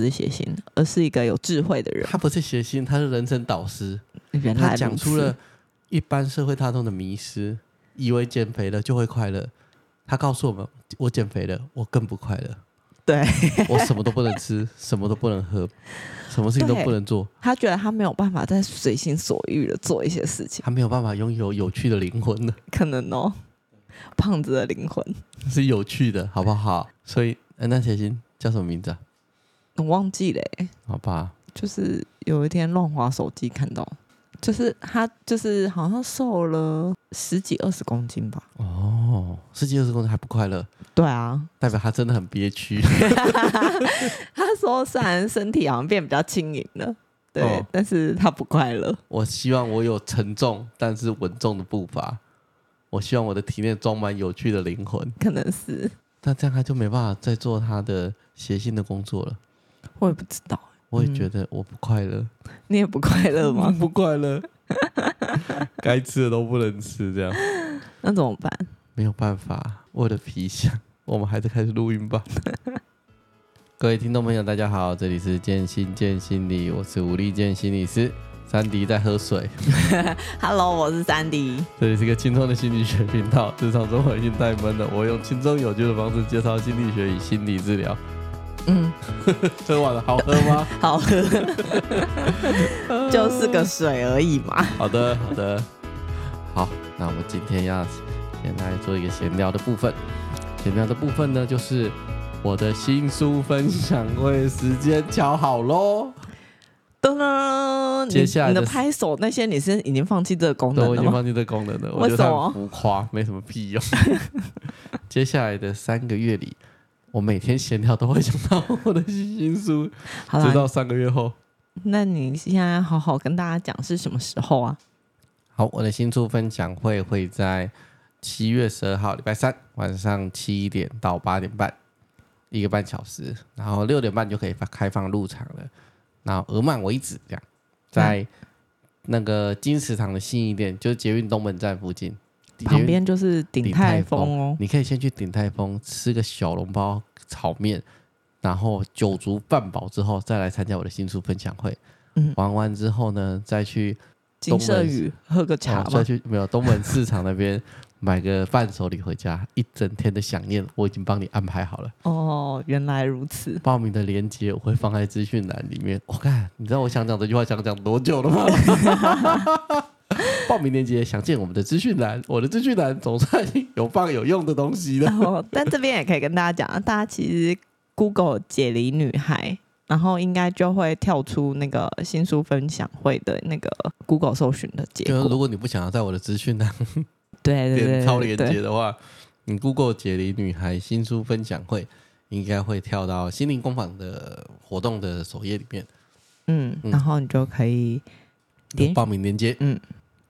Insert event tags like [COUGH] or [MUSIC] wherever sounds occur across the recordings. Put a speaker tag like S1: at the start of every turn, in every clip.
S1: 是谐星，而是一个有智慧的人。
S2: 他不是谐星，他是人生导师，
S1: 原来
S2: 他
S1: 如
S2: 讲出
S1: 此
S2: 了一般社会大众的迷失，以为减肥了就会快乐。他告诉我们，我减肥了，我更不快乐，
S1: 对
S2: [LAUGHS] 我什么都不能吃，什么都不能喝，什么事情都不能做。
S1: 他觉得他没有办法再随心所欲的做一些事情，
S2: 他没有办法拥有有趣的灵魂的，
S1: 可能哦，胖子的灵魂
S2: 是有趣的，好不好？所以，呃、那谐星叫什么名字啊？
S1: 我忘记了欸、
S2: 好吧，
S1: 就是有一天乱滑手机看到，就是他就是好像瘦了十几二十公斤吧。
S2: 哦，十几二十公斤还不快乐，
S1: 对啊，
S2: 代表他真的很憋屈。
S1: 他说虽然身体好像变比较轻盈了，对，
S2: 哦
S1: 但是他不快乐。
S2: 我希望我有沉重但是稳重的步伐，我希望我的体内装满有趣的灵魂。
S1: 可能是
S2: 那这样他就没办法再做他的写信的工作了。
S1: 我也不知道，
S2: 我也觉得我不快乐，
S1: 你也不快乐吗？
S2: 嗯不快乐， [LAUGHS] 该吃的都不能吃，这样
S1: 那怎么办？
S2: 没有办法。我的皮箱，我们还是开始录音吧。各位听众朋友，大家好，这里是健心健心理，我是吴立健心理师。三迪在喝水，
S1: Hello，我是三 D。
S2: 这里是个轻松的心理学频道。职场生活已经太闷了，我用轻松有趣的方式介绍心理学与心理治疗。
S1: 嗯，
S2: 喝完了，好喝吗？ [LAUGHS]
S1: 好喝，就是个水而已嘛。
S2: 好的，好的，好，那我们今天要先来做一个闲聊的部分。闲聊的部分呢，就是我的新书分享会时间敲好喽，
S1: 噔噔，你
S2: 接下来
S1: 你
S2: 的
S1: 的拍手那些，你是已经放弃这个功
S2: 对，
S1: 能
S2: 我已
S1: 了
S2: 经
S1: 吗？
S2: 放弃这功能了，我
S1: 为
S2: 觉
S1: 什么
S2: 得它很浮夸，没什么屁用。接下来的三个月里，我每天闲聊都会想到我的新书，
S1: 好
S2: 直
S1: 啦，
S2: 到三个月后。
S1: 那你现在好好跟大家讲是什么时候啊？
S2: 好，我的新书分享会会在七月十二号礼拜三晚上七点到八点半，一个半小时，然后六点半就可以发开放入场了。然后额满为止，这样
S1: 嗯
S2: 在那个金石堂的信义店，就是捷运东门站附近，捷
S1: 旁
S2: 运
S1: 边就是鼎泰丰哦。
S2: 你可以先去鼎泰丰吃个小笼包炒面，然后酒足饭饱之后再来参加我的新书分享会。
S1: 嗯
S2: 玩完之后呢，再去
S1: 金社宇喝个茶
S2: 哦
S1: 吧
S2: 再。去没有东门市场那边 [LAUGHS] 买个伴手礼回家，一整天的想念我已经帮你安排好了。
S1: 哦，原来如此。
S2: 报名的链接我会放在资讯栏里面。我、看，你知道我想讲这句话想讲多久了吗？ [LAUGHS] 报名链接详见我们的资讯栏，我的资讯栏总算有放有用的东西
S1: [LAUGHS]
S2: 了
S1: 然。后，但这边也可以跟大家讲，大家其实 Google 解离女孩，然后应该就会跳出那个新书分享会的那个 Google 搜寻的结
S2: 就是
S1: 果。
S2: 如果你不想要在我的资讯栏
S1: 对对对
S2: 点超
S1: 对
S2: 连
S1: 对
S2: 接的话，你 Google 解离女孩新书分享会，应该会跳到心灵工坊的活动的首页里面。
S1: 嗯，
S2: 嗯
S1: 然后你就可以点
S2: 有报名链接，
S1: 嗯，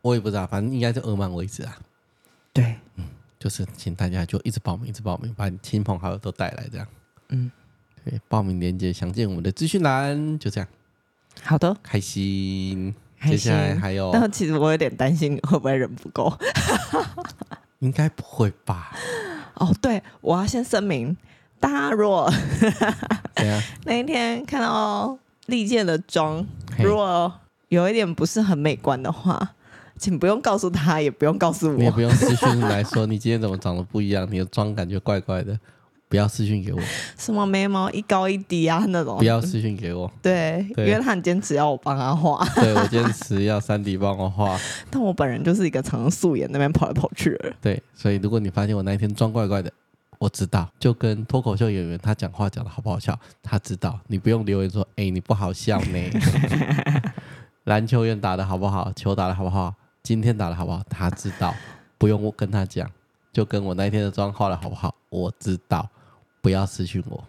S2: 我也不知道，反正应该是额满为止啊。
S1: 对，
S2: 就是请大家就一直报名，一直报名，把你亲朋好友都带来，这样。
S1: 嗯，
S2: 对，报名链接详见我们的资讯栏，就这样，
S1: 好的，
S2: 开心。
S1: 开
S2: 接
S1: 心
S2: 下。来还有，
S1: 但其实我有点担心会不会人不够。 [LAUGHS]
S2: 应该不会吧？
S1: 哦，对，我要先声明，大家如果
S2: 对啊，
S1: 那一天看到历届的妆，[LAUGHS]
S2: 嘿
S1: 如果有一点不是很美观的话，请不用告诉他，也不用告诉
S2: 你也
S1: 我。
S2: 不用私讯来说你今天怎么长得不一样，你的妆感觉怪怪的，不要私讯给我，
S1: 什么眉毛一高一低啊那种
S2: 不。要私讯给我。
S1: 对，
S2: 对
S1: 因为他很坚持要我帮他画， [LAUGHS]
S2: 对我坚持要三 D 帮我画。
S1: 但我本人就是一个常常素颜那边跑来跑去的人。
S2: 对，所以如果你发现我那一天装怪怪的，我知道，就跟脱口秀演员他讲话讲的好不好笑，他知道，你不用留言说，哎、你不好笑呢。篮球员打的好不好，球打的好不好，今天打的好不好，他知道，不用我跟他讲，就跟我那一天的妆化的好不好，我知道，不要私讯我。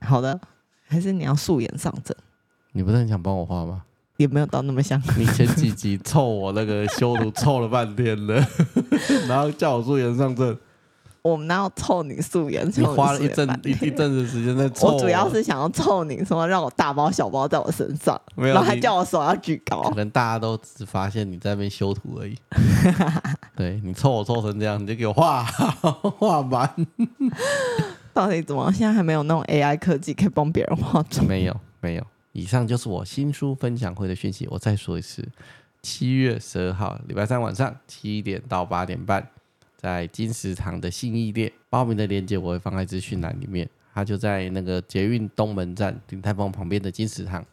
S1: 好的，还是你要素颜上阵，
S2: 你不是很想帮我画吗？
S1: 也没有到那么像。
S2: 你前几集凑我那个修图凑了半天了， [LAUGHS] 然后叫我素颜上阵，
S1: 我们哪有凑你素颜？
S2: 你
S1: 凑
S2: 花了
S1: 素
S2: 一
S1: 颜 [LAUGHS]
S2: 阵
S1: 半
S2: 一一阵子时间在凑啊
S1: 我主要是想要凑你，说让我大包小包在我身上，
S2: 没有
S1: 然后还
S2: 你
S1: 叫我手要举高
S2: 可。能大家都只发现你在那边修图 [LAUGHS] 而已。对你凑我凑成这样，你就给我画 [LAUGHS] 画满。
S1: 到底怎么？现在还没有那种 AI 科技可以帮别人化妆？
S2: 没有没有。以上就是我新书分享会的讯息。我再说一次，七月十二号礼拜三晚上七点到八点半，在金石堂的信义店。报名的链接我会放在资讯栏里面，它就在那个捷运东门站鼎泰丰旁边的金石堂。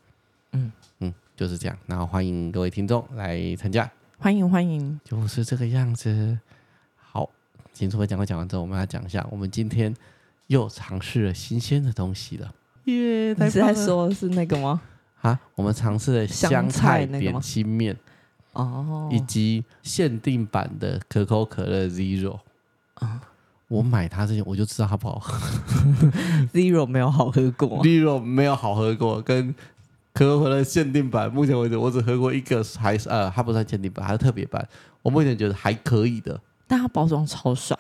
S1: 嗯
S2: 嗯，就是这样。然后欢迎各位听众来参加，
S1: 欢迎欢迎，
S2: 就是这个样子。好，新书分享会讲完之后，我们要讲一下，我们今天又尝试了新鲜的东西了。耶！
S1: 你
S2: 太
S1: 是
S2: 棒
S1: 在
S2: 了
S1: 说的是那个吗？
S2: 啊，我们尝试了香
S1: 香菜
S2: 菜
S1: 那个吗
S2: 点心面，
S1: 哦
S2: 以及限定版的可口可乐 Zero。我
S1: 嗯
S2: 买它之前我就知道它不好喝
S1: ，Zero 没有好喝过，
S2: ，Zero 没有好喝过，跟可口可乐限定版，目前为止我只喝过一个，还是呃，它不算限定版，它是特别版。我目前觉得还可以的。
S1: 但它包装超帅，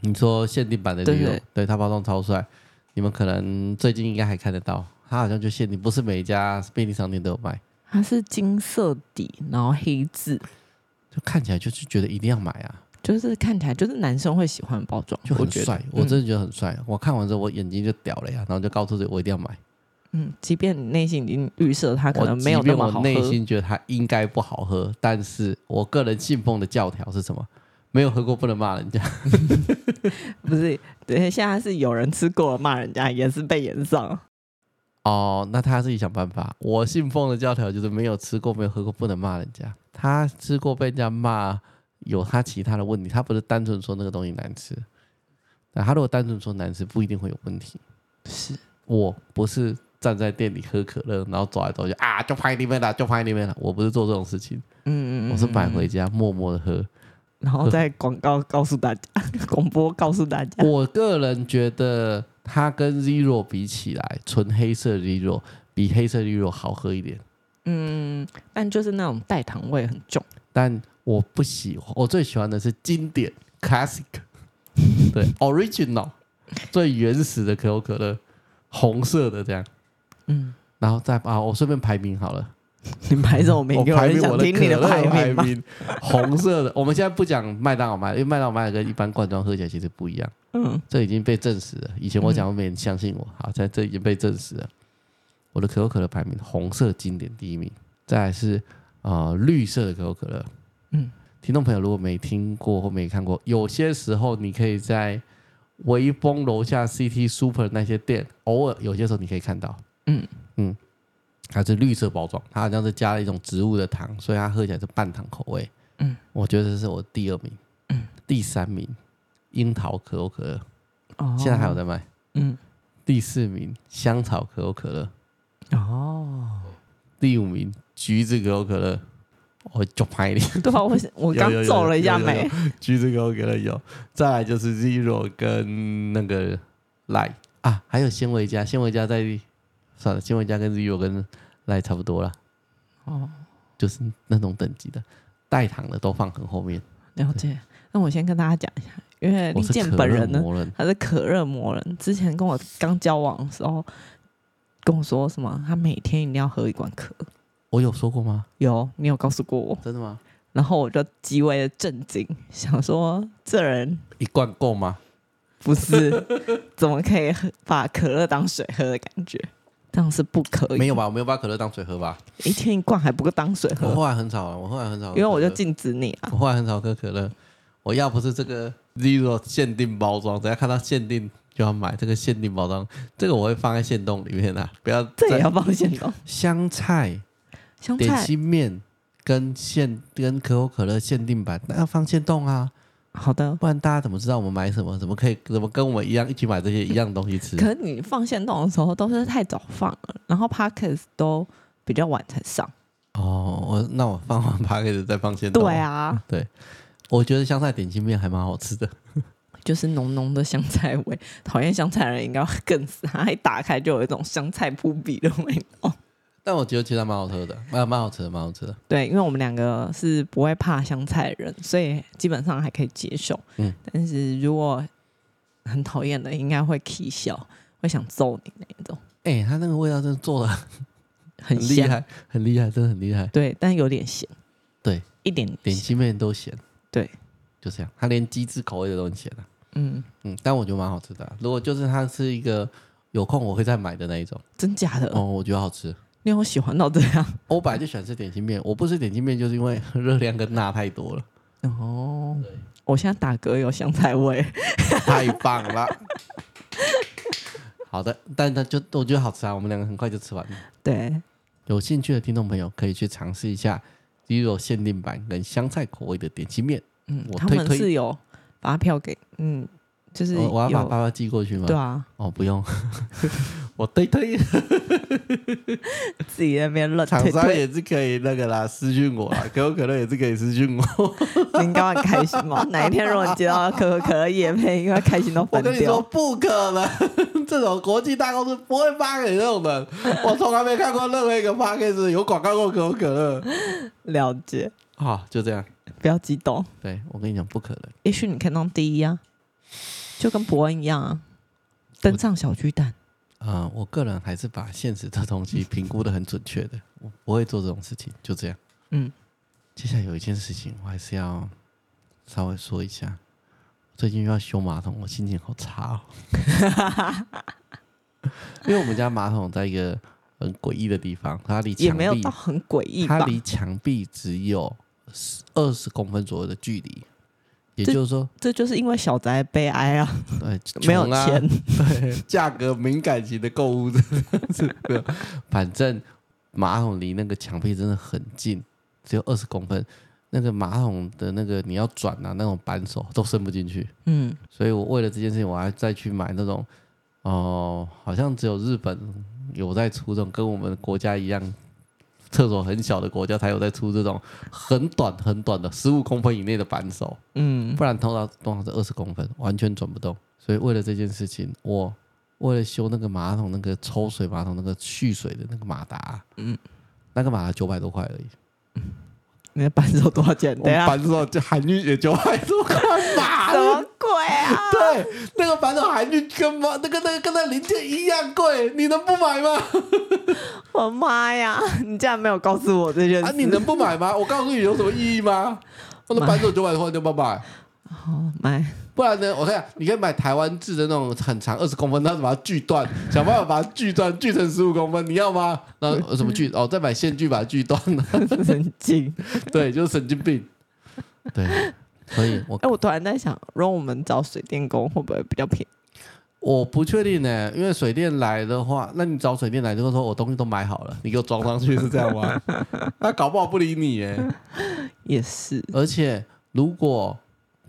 S2: 你说限定版的 Zero，
S1: 对
S2: 对
S1: 对
S2: 它包装超帅，你们可能最近应该还看得到，它好像就限定，不是每一家便利商店都有卖，
S1: 它是金色底，然后黑字，
S2: 就看起来就是觉得一定要买啊。
S1: 就是看起来就是男生会喜欢的包装，
S2: 就
S1: 我
S2: 很
S1: 觉得嗯
S2: 帅，我真的觉得很帅。我看完之后，我眼睛就屌了呀，然后就告诉自己我一定要买。
S1: 嗯，即便你内心已经预设它可
S2: 我
S1: 能没有
S2: 即
S1: 那
S2: 便
S1: 么好
S2: 我
S1: 喝，
S2: 内心觉得它应该不好喝，但是我个人信奉的教条是什么？没有喝过不能骂人家。
S1: 不是，对，现在是有人吃过了骂人家，也是被延上。
S2: 哦，那他自己想办法。我信奉的教条就是没有吃过、没有喝过不能骂人家。他吃过被人家骂，有他其他的问题，他不是单纯说那个东西难吃。那他如果单纯说难吃，不一定会有问题。
S1: 是，
S2: 我不是站在店里喝可乐，然后走来走去啊，就拍里面了，就拍里面了。我不是做这种事情，
S1: 嗯
S2: 我是买回，家默默的喝。
S1: 然后再广告告诉大家， [LAUGHS] 广播告诉大家，
S2: 我个人觉得它跟 Zero 比起来，纯黑色 Zero 比黑色 Zero 好喝一点，
S1: 嗯，但就是那种代糖味很重，
S2: 但我不喜欢，我最喜欢的是经典 Classic，对 Original 最原始的可口可乐，红色的这样。
S1: 嗯，
S2: 然后再把、我顺便排名好了。
S1: 你排什么名
S2: 我？
S1: 有
S2: 排
S1: 人
S2: 名
S1: 想
S2: 我的
S1: 听你
S2: 可乐
S1: 排名吗？
S2: 名，红色的。我们现在不讲麦当劳卖的，因为麦当劳卖的跟一般罐装喝起来其实不一样，
S1: 嗯，
S2: 这已经被证实了。以前我讲过没人相信我，好，在这已经被证实了。我的可口可乐排名，红色经典第一名，再来是呃绿色的可口可乐。
S1: 嗯，
S2: 听众朋友如果没听过或没看过，有些时候你可以在微风楼下 CT Super 那些店，偶尔有些时候你可以看到。
S1: 嗯
S2: 嗯，它是绿色包装，它好像是加了一种植物的糖，所以它喝起来是半糖口味。
S1: 嗯，
S2: 我觉得这是我第二名。
S1: 嗯，
S2: 第三名樱桃可口可乐，
S1: 哦
S2: 现在还有，在卖。
S1: 嗯，
S2: 第四名香草可口可乐，
S1: 哦，
S2: 第五名橘子可口可乐，我哦就拍你。
S1: 对啊，我 [LAUGHS] 我刚
S2: 有有
S1: 皱了一下
S2: 有有有
S1: 眉，
S2: 橘子可口可乐有，再来就是 Zero 跟那个 Light 啊，还有纤维家，纤维家在算了，纤维家跟 Zero 跟 Light 差不多啦，
S1: 哦，
S2: 就是那种等级的，代糖的都放很后面。
S1: 了解。那我先跟大家讲一下，因为
S2: 我
S1: 利
S2: 是
S1: 健
S2: 可
S1: 哎本
S2: 乐
S1: 人呢，
S2: 魔人，
S1: 他是可乐魔人，之前跟我刚交往的时候跟我说什么，他每天一定要喝一罐可乐。
S2: 我有说过吗？
S1: 有，你有告诉过我，
S2: 真的吗？
S1: 然后我就极为的震惊，想说这人
S2: 一罐够吗？
S1: 不是怎么可以喝把可乐当水喝的感觉，这样是不可以。
S2: 没有，吧？我没有把可乐当水喝吧？
S1: 一天一罐还不够当水
S2: [LAUGHS] 我
S1: 喝，
S2: 后来很少啊，我后来很少喝可乐，
S1: 因为我就禁止你啊。
S2: 我后来很少喝可乐，我要不是这个 Zero 限定包装，只要看到限定就要买这个限定包装，这个我会放在限洞里面啊，不要
S1: 这也
S2: 再
S1: 要放线哦，
S2: 香菜、
S1: 香
S2: 点
S1: 菜
S2: 心面跟限跟可口可乐限定版，那要放限洞啊，
S1: 好的，
S2: 不然大家怎么知道我们买什么？怎么可以怎么跟我们一样一起买这些一样东西吃？
S1: 可是你放线动的时候都是太早放了，然后 p o c k e t 都比较晚才上。
S2: 哦，我那我放完 p a c k 再放限洞。
S1: 对，啊，
S2: 我觉得香菜点心面还蛮好吃的。
S1: 就是浓浓的香菜味，讨厌香菜的人应该会更 [LAUGHS] 死。它一打开就有一种香菜扑鼻的味道。
S2: 但我觉得其实还蛮好喝的，蛮蛮好吃的，蛮好吃的。
S1: 对，因为我们两个是不会怕香菜的人，所以基本上还可以接受。
S2: 嗯
S1: 但是如果很讨厌的，应该会气笑，会想揍你那一种，
S2: 哎、它那个味道真的做的
S1: 很
S2: 很厉
S1: 香。
S2: 害，很厉害，真的很厉害。
S1: 对，但有点咸。
S2: 对，
S1: 一点
S2: 连
S1: 点。
S2: 西面都咸，
S1: 对，
S2: 就这样。它连鸡汁口味的都很咸啊。
S1: 嗯，
S2: 嗯，但我觉得蛮好吃的啊、如果就是它是一个有空我会再买的那一种。
S1: 真假的？
S2: 哦，我觉得好吃。
S1: 你有喜欢到这样？ [LAUGHS]
S2: 我本来就喜欢吃点心面，我不吃点心面就是因为 [LAUGHS] 热量跟钠太多了，
S1: 哦，我现在打嗝有香菜味，
S2: 太棒了。 [LAUGHS] 好的，但它就我觉得好吃啊，我们两个很快就吃完了。
S1: 对，
S2: 有兴趣的听众朋友可以去尝试一下鸡肉限定版跟香菜口味的点心面。
S1: 嗯，
S2: 我
S1: 他
S2: 推
S1: 们
S2: 推哦
S1: 是有发票给，嗯，就是
S2: 我我要把
S1: 有
S2: 爸爸寄过去吗？
S1: 对啊，
S2: 哦，不用， [LAUGHS] 我推推
S1: 自己在那边乱
S2: [LAUGHS] 厂
S1: 推
S2: 商
S1: 推，
S2: 也是可以那个啦，私讯我 [LAUGHS] 啦，可口可乐也是可以私讯我。
S1: 你应该会很开心嘛。哪一天如果你接到可口可乐夜配，应该开
S2: [LAUGHS]
S1: 心到
S2: 我
S1: 翻
S2: 跟你说
S1: 掉。
S2: 不可能， [LAUGHS] 这种国际大公司不会发给这种 [LAUGHS] 人。我从来没看过任何一个 p a c k a g e 有广告过可口可乐。
S1: 了解，
S2: 好，就这样。
S1: 不要激动，
S2: 对我跟你讲，不可能。
S1: 也许你看到第一啊，就跟伯恩一样啊，登上小巨蛋。
S2: 嗯、我个人还是把现实这东西评估的很准确的，我不会做这种事情，就这样。
S1: 嗯，
S2: 接下来有一件事情，我还是要稍微说一下。最近又要修马桶，我心情好差哦。 [LAUGHS] 因为我们家马桶在一个很诡异的地方，它离
S1: 也
S2: 墙
S1: 没有
S2: 壁
S1: 到，很诡异
S2: 它
S1: 吧？
S2: 离墙壁只有二十公分左右的距离。也
S1: 这
S2: 就是说，
S1: 这就是因为小宅悲哀啊，
S2: 呃，
S1: 没有
S2: 穷啊
S1: 钱，
S2: 对，价格敏感型的购物真的是没有。反正马桶离那个墙壁真的很近，只有二十公分。那个马桶的那个你要转啊，那种扳手都伸不进去。
S1: 嗯，
S2: 所以我为了这件事情，我还再去买那种，哦、好像只有日本有在出这种跟我们国家一样，厕所很小的国家才有在出这种很短很短的十五公分以内的扳手。
S1: 嗯，
S2: 不然通常通常是二十公分，完全转不动。所以为了这件事情，我为了修那个马桶那个抽水马桶那个蓄水的那个马达，嗯，那个马达九百多块而已，
S1: 你的扳手多少钱？等一
S2: 我
S1: 下，
S2: 反手就韩剧也九百多块 [LAUGHS] 吧
S1: 什。么鬼啊？
S2: 对，那个反手韩剧跟马那个那个跟那零件一样贵，你能不买吗？
S1: 我妈呀！你竟然没有告诉我这件事，
S2: 啊，你能不买吗？我告诉你有什么意
S1: [LAUGHS]
S2: 义吗？我的
S1: 买
S2: 反手九百多块你就不买，
S1: 好买 [LAUGHS]
S2: 不然呢？我看你可以买台湾制的那种很长二十公分，但是把它锯断， [LAUGHS] 想办法把它锯断，锯成十五公分，你要吗？那呃什么锯？哦，再买线锯把它锯断 [LAUGHS] 了。
S1: 神经。
S2: 对，就是神经病。 [LAUGHS] 对，所以 [LAUGHS] 我
S1: 哎、我突然在想，如果我们找水电工会不会比较便宜？
S2: 我不确定呢，因为水电来的话，那你找水电来就是说我东西都买好了，你给我装上去是这样 [LAUGHS] 吗？那搞不好不理你耶。
S1: 也是，
S2: 而且如果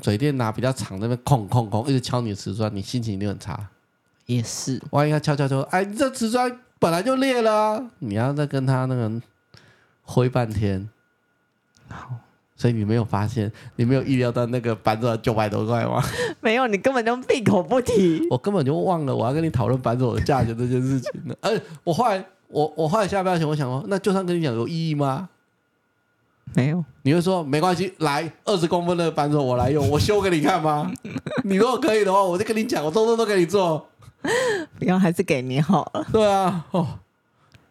S2: 水电拿比较长那边空空空一直敲你的瓷砖，你心情一定很差。
S1: 也是，
S2: 万一他敲敲敲，哎，你这瓷砖本来就裂了啊、你要再跟他那个挥半天。
S1: 好，
S2: 所以你没有发现，你没有意料到那个扳手九百多块吗？
S1: 没有你根本就闭口不提。
S2: [LAUGHS] 我根本就忘了我要跟你讨论扳手的价格这件事情了。而 [LAUGHS] 我后来，我我后来下标前，我想说，那就算跟你讲有意义吗？
S1: 没有，
S2: 你会说没关系，来二十公分的扳手我来用，我修给你看吗？你如果可以的话，我就跟你讲，我通通都给你做。
S1: 不要，还是给你好了，
S2: 对啊，哦，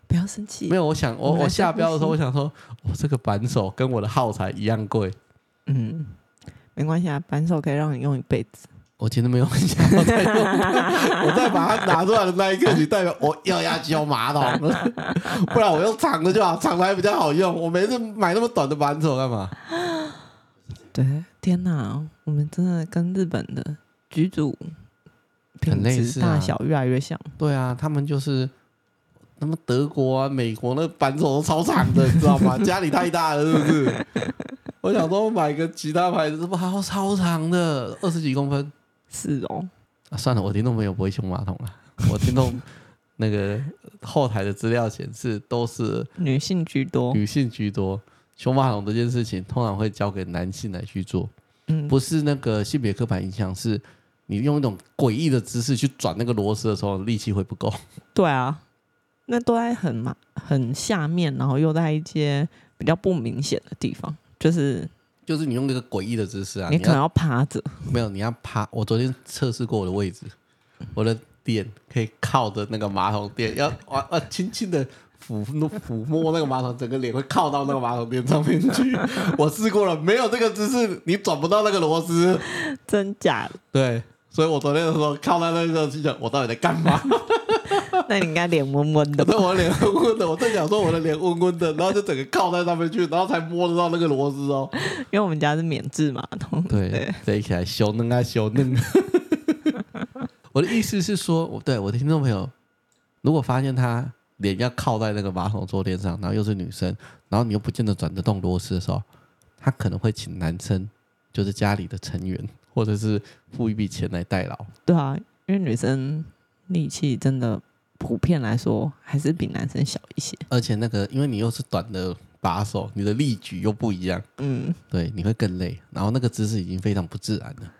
S1: 不要生气
S2: 没。有，我想我
S1: 我们
S2: 我
S1: 还
S2: 下
S1: 真不
S2: 标的时
S1: 行
S2: 候，我想说，我这个扳手跟我的耗材一样贵，
S1: 嗯，没关系啊，扳手可以让你用一辈子。
S2: 我其实没有很想要 [LAUGHS] 再用它，我再把它拿出来的那一刻，你代表我又要修马桶 [LAUGHS] 了，不然我用长的就好，长的还比较好用。我每次买那么短的扳手干嘛？
S1: 对，天哪，我们真的跟日本的居住
S2: 很
S1: 品
S2: 类
S1: 质
S2: 似啊
S1: 大小越来越像。
S2: 对啊，他们就是他们德国啊、美国那扳手都超长的，你知道吗？ [LAUGHS] 家里太大了，是不是？我想说买个其他牌子，这不还要超长的，二十几公分。
S1: 是哦，
S2: 啊、算了，我听众朋友不会修马桶啊，我听众那个后台的资料显示都是
S1: 女性居多。
S2: 女性居多。修马桶这件事情通常会交给男性来去做，
S1: 嗯，
S2: 不是那个性别刻板印象，是你用一种诡异的姿势去转那个螺丝的时候，力气会不够。
S1: 对啊，那都在很嘛很下面，然后又在一些比较不明显的地方，就是
S2: 就是你用那个诡异的姿势啊，
S1: 你
S2: 你
S1: 可能
S2: 要
S1: 要趴着。
S2: 没有你要趴。我昨天测试过我的位置，我的脸可以靠着那个马桶垫，要啊啊轻轻的抚抚摸那个马桶，整个脸会靠到那个马桶垫上面去。 [LAUGHS] 我试过了，没有这个姿势，你转不到那个螺丝。
S1: [LAUGHS] 真假的？
S2: 对，所以我昨天的时候靠在那个时候就想，我到底在干嘛？ [LAUGHS]
S1: 那你应该脸温温的
S2: 我
S1: 吧
S2: 对？我的脸温温的，我正想说我的脸温温的，然后就整个靠在上面去，然后才摸得到那个螺丝哦。
S1: [LAUGHS] 因为我们家是免治马桶。
S2: [LAUGHS] 对，再起来修嫩啊修 [LAUGHS] 嫩。我的意思是说，我对我的听众朋友，如果发现他脸要靠在那个马桶坐垫上，然后又是女生，然后你又不见得转得动螺丝的时候，他可能会请男生，就是家里的成员，或者是付一笔钱来代劳。
S1: 对啊，因为女生力气真的普遍来说还是比男生小一些。
S2: 而且那个，因为你又是短的把手，你的力举又不一样，
S1: 嗯，
S2: 对，你会更累。然后那个姿势已经非常不自然了。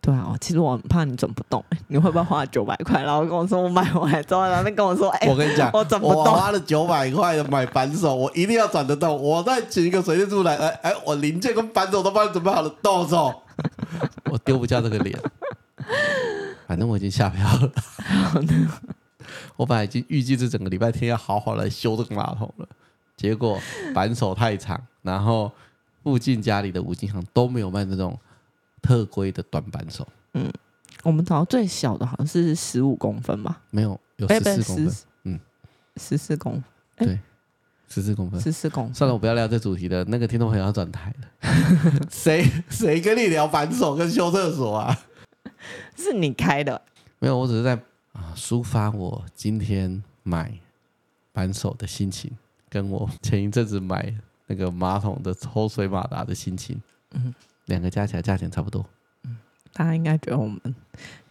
S1: 对啊，其实我很怕你转不动、欸你会不会花九百块，然后跟我说我买回来之后，然后再跟我说，
S2: [LAUGHS]
S1: 哎、
S2: 我跟你讲，
S1: 我转不
S2: 我
S1: 动，
S2: 花了九百块买扳手，我一定要转得动。我再请一个水电助来，哎哎，我零件跟扳手都帮你准备好了，动手。 [LAUGHS] 我丢不下这个脸，反正我已经下票了。我本来已经预计是整个礼拜天要好好来修这个马桶了，结果扳手太长，然后附近家里的五金行都没有卖那种特规的短扳手，
S1: 我们找到最小的好像是十五公分吧，
S2: 没有有
S1: 哎
S2: 十
S1: 不是
S2: 四公分，
S1: 14
S2: 嗯，
S1: 十四公哎
S2: 对，十四公分，
S1: 十四公分，
S2: 算了，我不要聊这主题了。那个听众朋友要转台了， [LAUGHS] 谁谁跟你聊反手跟修厕所啊？
S1: 是你开的，
S2: 没有，我只是在啊抒发我今天买扳手的心情，跟我前一阵子买那个马桶的抽水马达的心情。嗯，两个加起来价钱差不多。
S1: 大家应该觉得我们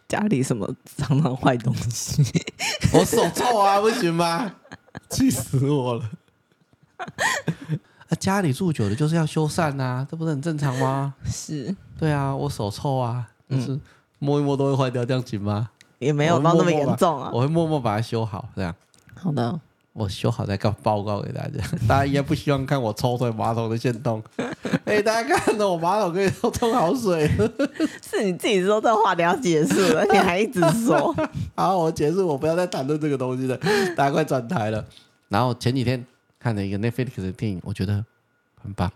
S1: 家里什么常常坏东 [LAUGHS] 西，
S2: 我手臭啊，不行吗？ [LAUGHS] 气死我了！ [LAUGHS] 啊，家里住久了就是要修缮啊，这不是很正常吗？
S1: 是
S2: 对啊，我手臭啊，就是摸一摸都会坏掉，这样行吗？
S1: 也没有
S2: 我
S1: 到那么
S2: 默默吧
S1: 严重啊。
S2: 我会默默把它修好，这样
S1: 好的，
S2: 我修好再告报告给大家。 [LAUGHS] 大家应该不希望看我抽水马桶的线动。哎、大家看到我马桶可以都冲好水。
S1: 是你自己说这话你要结束了，你还一直说，
S2: 好，我结束，我不要再谈论这个东西了，大家快转台了。然后前几天看了一个 Netflix 的电影，我觉得很棒。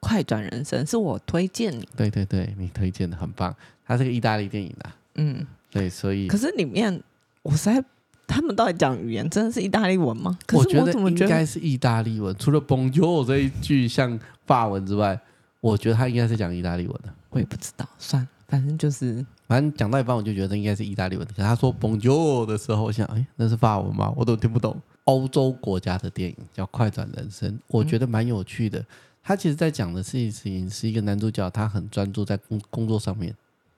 S1: 快转人生是我推荐你，
S2: 对对对，你推荐的很棒，它是个意大利电影啊。
S1: 嗯。
S2: 对，所以
S1: 可是里面，我实在他们到底讲语言真的是意大利文吗？可
S2: 我
S1: 是
S2: 觉
S1: 我
S2: 得
S1: 怎么
S2: 应
S1: 觉得
S2: 该是意大利文，除了 Bonjour 这一句像法文之外，我觉得他应该是讲意大利文的。
S1: 我也不知道，算了，反正就是
S2: 反正讲到一半，我就觉得应该是意大利文。可他说 Bonjour 的时候，我想，哎，那是法文吗？我都听不
S1: 嗯
S2: 懂。欧洲国家的电影叫《快转人生》，我觉得蛮有趣的。他其实在讲的事情是一个男主角，他很专注在工工作上面，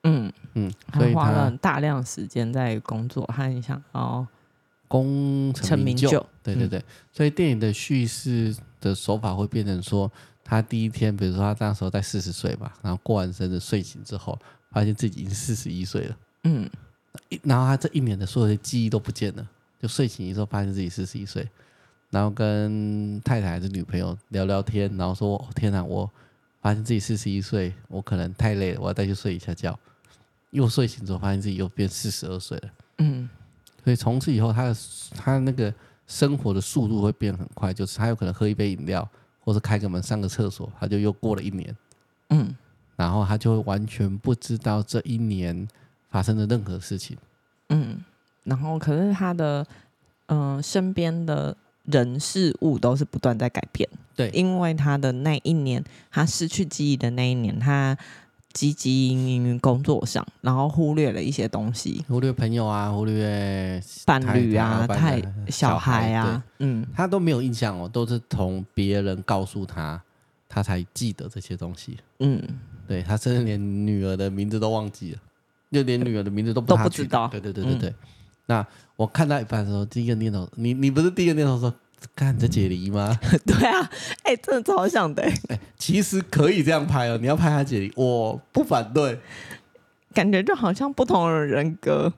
S1: 嗯，
S2: 嗯，
S1: 他
S2: 所以
S1: 花了
S2: 他
S1: 很大量时间在工作和想要
S2: 功成
S1: 成名
S2: 名就，
S1: 就，
S2: 对对对，所以电影的叙事的手法会变成说，他第一天，比如说他那时候在四十岁吧，然后过完生日睡醒之后，发现自己已经四十一岁了，
S1: 嗯，
S2: 一然后他这一年的所有的记忆都不见了，就睡醒之后发现自己四十一岁，然后跟太太还是女朋友聊聊天，然后说、哦天哪，我发现自己四十一岁，我可能太累了，我要再去睡一下觉。又睡醒之后，发现自己又变四十二岁了。
S1: 嗯
S2: 所以从此以后，他的他那个生活的速度会变很快，就是他有可能喝一杯饮料，或是开个门上个厕所，他就又过了一年，
S1: 嗯，
S2: 然后他就会完全不知道这一年发生的任何事情。
S1: 嗯，然后可是他的嗯、呃身边的人事物都是不断在改变，
S2: 对
S1: 因为他的那一年，他失去记忆的那一年，他汲汲营营于工作上，然后忽略了一些东西，
S2: 忽略朋友啊，忽略
S1: 伴
S2: 太
S1: 侣啊，
S2: 太
S1: 太
S2: 小
S1: 小
S2: 孩
S1: 孩啊，嗯
S2: 他都没有印象哦，都是从别人告诉他，他才记得这些东西。
S1: 嗯， [LAUGHS]
S2: 对他甚至连女儿的名字都忘记了，就连女儿的名字都不
S1: 都
S2: 他
S1: 不
S2: 取
S1: 知
S2: 的
S1: 道嗯
S2: 对对对对对。那我看到一半的时候，第一个念头，你你不是第一个念头说，看你在解离吗？ [LAUGHS] 哎
S1: 对啊，哎、真的超像的、
S2: 其实可以这样拍哦，你要拍他解离，我不反对。
S1: 感觉就好像不同的人格、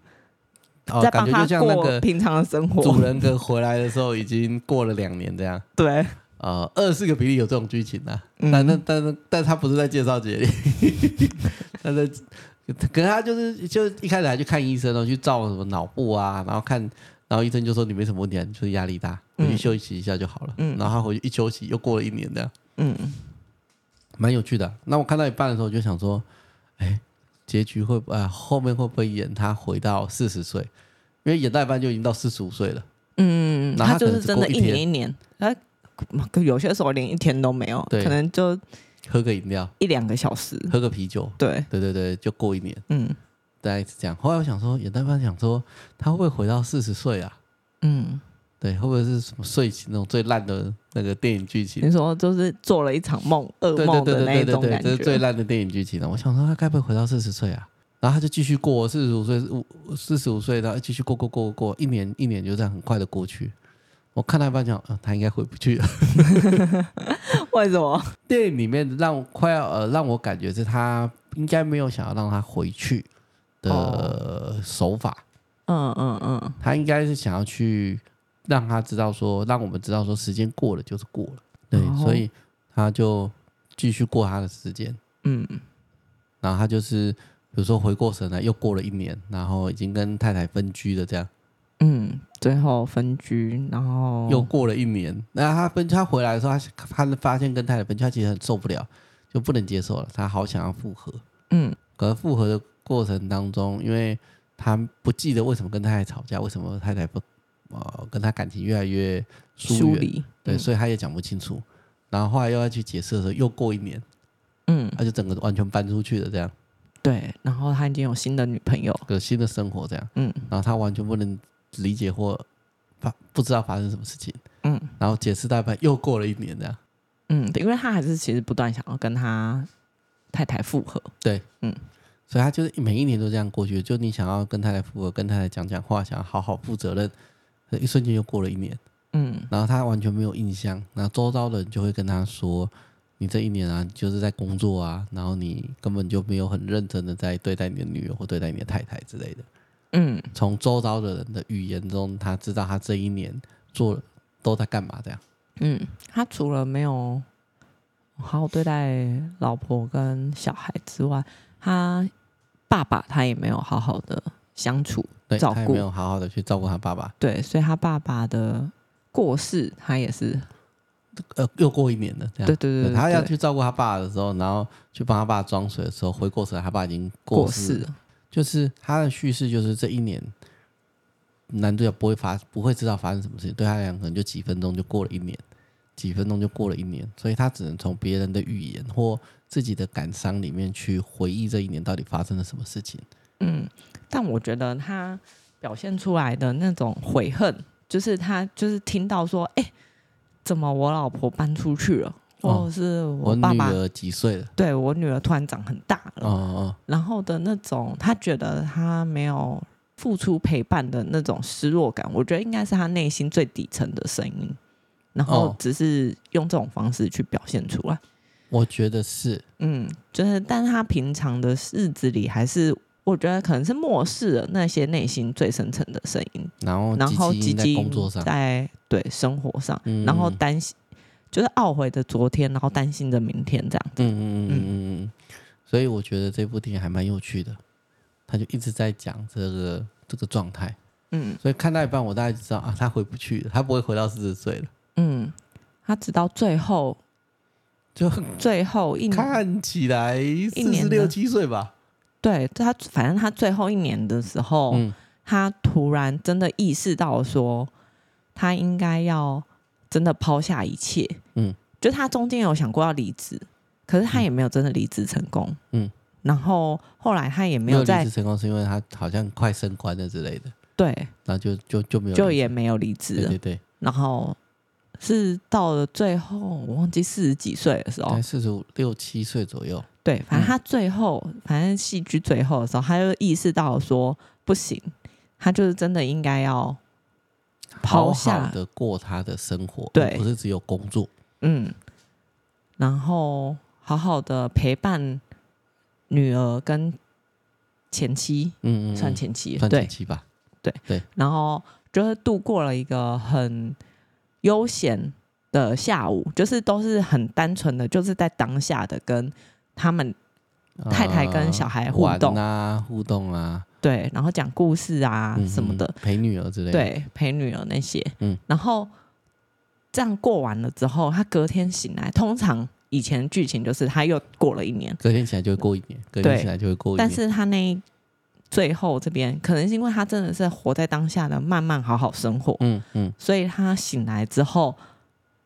S2: 哦，
S1: 在
S2: 感
S1: 帮他
S2: 觉就像那
S1: 过
S2: 个
S1: 平常的生
S2: 主
S1: 活，
S2: 人格回来的时候，已经过了两年这样。
S1: 对，
S2: 呃，二十个比例有这种剧情啊，
S1: 嗯
S2: 但但但但他不是在介绍
S1: [LAUGHS]
S2: 解离，他在，可是他就是就一开始还去看医生哦，去照什么脑部啊，然后看，然后医生就说你没什么问题、啊，你就是压力大，回去
S1: 嗯
S2: 休息一下就好了。
S1: 嗯
S2: 然后他回去一休息，又过了一年这样，
S1: 嗯，
S2: 蛮有趣的啊、那我看到一半的时候，我就想说，哎，结局会不呃后面会不会演他回到四十岁？因为演到一半就已经到四十五岁了。
S1: 嗯，
S2: 那他
S1: 他就
S2: 可能
S1: 是
S2: 只
S1: 真
S2: 过
S1: 的
S2: 一
S1: 一
S2: 天
S1: 年一年，他有些时候连一天都没有，
S2: 对
S1: 可能就
S2: 喝个饮料，
S1: 一两个小时。
S2: 喝个啤酒，
S1: 对，
S2: 对对对，就过一年，
S1: 嗯
S2: 大概是这样。后来我想说，演到一半想说，他会不会回到四十岁啊？
S1: 嗯，
S2: 对，会不会是什么睡醒那种最烂的那个电影剧情？
S1: 你说就是做了一场梦，噩
S2: 对
S1: 梦
S2: 对
S1: 的
S2: 对
S1: 那一
S2: 对对对
S1: 种
S2: 对，
S1: 感
S2: 这是最
S1: 觉。
S2: 烂的电影剧情了。我想说他该不会回到四十岁啊？然后他就继续过四十五岁，五四十五岁，然后继续过过过过，一年一年就这样很快的过去。我看到一半讲，呃，他应该回不去了。
S1: 为什么？
S2: 电影里面让快要呃让我感觉是他应该没有想要让他回去的手法，
S1: 嗯嗯嗯，
S2: 他应该是想要去让他知道说，让我们知道说时间过了就是过了，对，
S1: 哦
S2: 所以他就继续过他的时间。
S1: 嗯
S2: 然后他就是比如说回过神来，又过了一年，然后已经跟太太分居了，这样、
S1: 嗯，最后分居，然后
S2: 又过了一年。那他分他回来的时候，他他发现跟太太分居，他其实很受不了，就不能接受了，他好想要复合。
S1: 嗯
S2: 可是复合的过程当中，因为他不记得为什么跟太太吵架，为什么太太不呃跟他感情越来越疏
S1: 疏
S2: 远，
S1: 离，
S2: 对，所以他也讲不清楚。然后后来又要去解释的时候，又过一年，
S1: 嗯
S2: 他就整个完全搬出去了，这样，
S1: 对，然后他已经有新的女朋友，
S2: 有新的生活这样。
S1: 嗯
S2: 然后他完全不能理解或发不知道发生什么事情，
S1: 嗯
S2: 然后解释大半又过了一年这样，
S1: 嗯，因为他还是其实不断想要跟他太太复合，
S2: 所以他就是每一年都这样过去，就你想要跟太太复合，跟太太讲讲话，想要好好负责任，一瞬间又过了一年，
S1: 嗯
S2: 然后他完全没有印象，然后周遭的人就会跟他说。你这一年啊，就是在工作啊，然后你根本就没有很认真的在对待你的女儿或对待你的太太之类的。
S1: 嗯
S2: 从周遭的人的语言中，他知道他这一年做了都在干嘛这样。
S1: 嗯，他除了没有好好对待老婆跟小孩之外，他爸爸他也没有好好的相处，
S2: 对，
S1: 照
S2: 他也
S1: 顾
S2: 没有好好的去照顾他爸爸。
S1: 对，所以他爸爸的过世，他也是
S2: 呃，又过一年了，这样。
S1: 对对对，
S2: 他要
S1: 对
S2: 去照顾他爸的时候，然后去帮他爸装水的时候，回过神来，他爸已经
S1: 过
S2: 世。
S1: 世
S2: 了。
S1: 了，
S2: 就是他的叙事，就是这一年，男主角不会发，不会知道发生什么事情，对他来讲，可能就几分钟就过了一年，几分钟就过了一年，所以他只能从别人的语言或自己的感伤里面去回忆这一年到底发生了什么事情。
S1: 嗯，但我觉得他表现出来的那种悔恨，就是他就是听到说，哎、怎么我老婆搬出去了，
S2: 哦
S1: 或者是我
S2: 我
S1: 爸
S2: 女
S1: 爸嗯
S2: 儿几岁了？
S1: 对我女儿突然长很大了，
S2: 哦哦，
S1: 然后的那种他觉得他没有付出陪伴的那种失落感，我觉得应该是他内心最底层的声音，然后
S2: 哦
S1: 只是用这种方式去表现出来。
S2: 我觉得是，
S1: 嗯，就是，但是他平常的日子里，还是我觉得可能是漠视了那些内心最深层的声音，
S2: 然后
S1: 然后
S2: 哦积极
S1: 积
S2: 在
S1: 极
S2: 工作上，
S1: 在对生活上，
S2: 嗯
S1: 然后担心，就是懊悔着昨天，然后担心着明天这样
S2: 嗯嗯
S1: 子。
S2: 嗯嗯嗯嗯，所以我觉得这部电影还蛮有趣的，他就一直在讲这个这个状态，
S1: 嗯
S2: 所以看到一半我大概就知道啊，他回不去了，他不会回到四十岁了，
S1: 嗯，他直到最后
S2: 就
S1: 最后一年，
S2: 看起来四十
S1: 年
S2: 六
S1: 了
S2: 七岁吧，
S1: 对他，反正他最后一年的时候，
S2: 嗯，
S1: 他突然真的意识到说，他应该要真的抛下一切。
S2: 嗯，
S1: 就他中间有想过要离职，可是他也没有真的离职成功。
S2: 嗯，
S1: 然后后来他也没
S2: 没有
S1: 有
S2: 离
S1: 在
S2: 职成功是因为他好像快升官了之类的，
S1: 对，
S2: 然后就就就没有
S1: 就
S2: 离
S1: 也没有离职
S2: 对
S1: 了
S2: 对。对，
S1: 然后是到了最后，我忘记四十几岁的时候
S2: 在，四十五六七岁左右，
S1: 对，反
S2: 嗯
S1: 正他最后，反正戏剧最后的时候，他就意识到说不行，他就是真的应该要
S2: 好
S1: 抛
S2: 好
S1: 下
S2: 的过他的生活，
S1: 对
S2: 而不是只有工作，
S1: 嗯，然后好好的陪伴女儿跟前妻，
S2: 嗯嗯，嗯
S1: 算前妻
S2: 算
S1: 对
S2: 前，期吧，
S1: 然后就是度过了一个很悠闲的下午，就是都是很单纯的，就是在当下的跟他们太太跟小孩
S2: 呃
S1: 互动
S2: 玩啊，互动啊，
S1: 对，然后讲故事啊
S2: 嗯
S1: 什么的，
S2: 嗯陪女儿之类的。，
S1: 对，陪女儿那些，
S2: 嗯
S1: 嗯，然后这样过完了之后，他隔天醒来，通常以前剧情就是他又过了一年。
S2: 隔天起来就会过一年，隔天
S1: 对
S2: 起来就会过一年。
S1: 但是他那一最后这边，可能是因为他真的是活在当下的，慢慢好好生活，
S2: 嗯嗯，
S1: 所以他醒来之后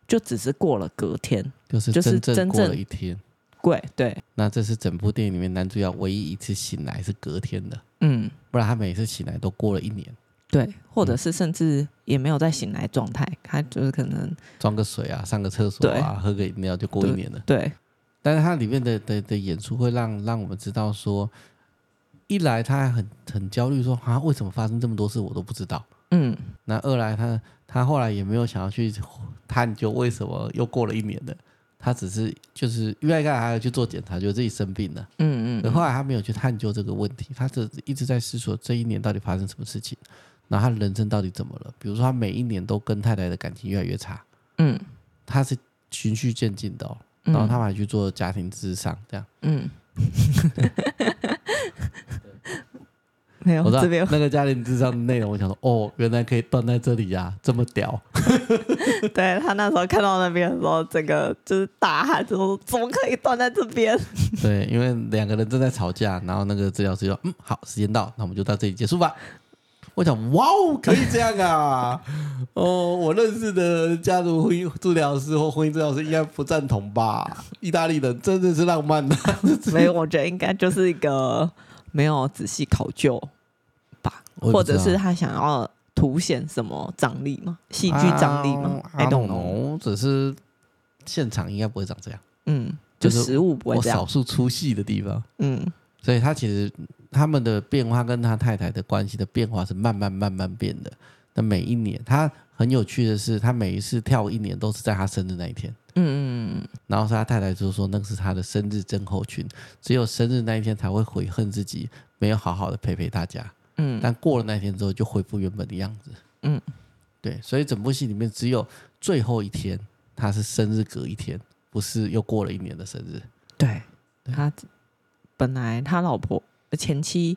S1: 就只是过了隔天。
S2: 就是
S1: 就是
S2: 真正
S1: 真
S2: 过了
S1: 正
S2: 一天。
S1: 对对，
S2: 那这是整部电影里面男主角唯一一次醒来是隔天的，
S1: 嗯，
S2: 不然他每次醒来都过了一年，
S1: 对，或
S2: 嗯
S1: 者是甚至也没有在醒来状态，他就是可能
S2: 装个水啊，上个厕所啊，喝个饮料就过一年了。
S1: 对，
S2: 但是它里面的的的演出会让让我们知道说，一来他很很焦虑说啊，为什么发生这么多事我都不知道。
S1: 嗯，
S2: 那二来他他后来也没有想要去探究为什么又过了一年了，他只是就是因为刚才还有去做检查，觉得自己生病了。
S1: 嗯嗯
S2: 可
S1: 嗯，
S2: 后来他没有去探究这个问题，他只一直在思索这一年到底发生什么事情，然后他人生到底怎么了？比如说他每一年都跟太太的感情越来越差，
S1: 嗯，
S2: 他是循序渐进的哦。
S1: 嗯
S2: 然后他们还去做家庭智商，这样 [LAUGHS]
S1: 嗯，没有
S2: 我知道
S1: 这边
S2: 那个家庭智商的内容，我想说哦，原来可以断在这里呀、这么屌！
S1: 对他那时候看到那边的时候，整个就是大喊，就说怎么可以断在这边？
S2: 对，因为两个人正在吵架，然后那个治疗师就说：“嗯，好，时间到，那我们就到这里结束吧。”我想，哇哦，可以这样啊！哦，我认识的家族婚姻治疗师或婚姻治疗师应该不赞同吧？意大利人真的是浪漫啊的、
S1: 所以我觉得应该就是一个没有仔细考究吧，
S2: 我也不知道
S1: [LAUGHS] 或者是他想要凸显什么张力吗？戏剧张力吗、
S2: 啊 I
S1: i don't
S2: don't
S1: know。
S2: know，只是现场应该不会长这样，
S1: 嗯，就
S2: 就是
S1: 食物不会
S2: 我
S1: 这样
S2: 少。数出戏的地方。
S1: 嗯
S2: 所以他其实他们的变化跟他太太的关系的变化是慢慢慢慢变的。那每一年，他很有趣的是，他每一次跳一年都是在他生日那一天。
S1: 嗯嗯
S2: 然后是他太太就说那个是他的生日症候群，只有生日那一天才会悔恨自己没有好好的陪陪大家。
S1: 嗯嗯
S2: 但过了那一天之后，就恢复原本的样子。
S1: 嗯，
S2: 对，所以整部戏里面只有最后一天他是生日隔一天，不是又过了一年的生日。
S1: 对
S2: 对
S1: 他本来他老婆前妻。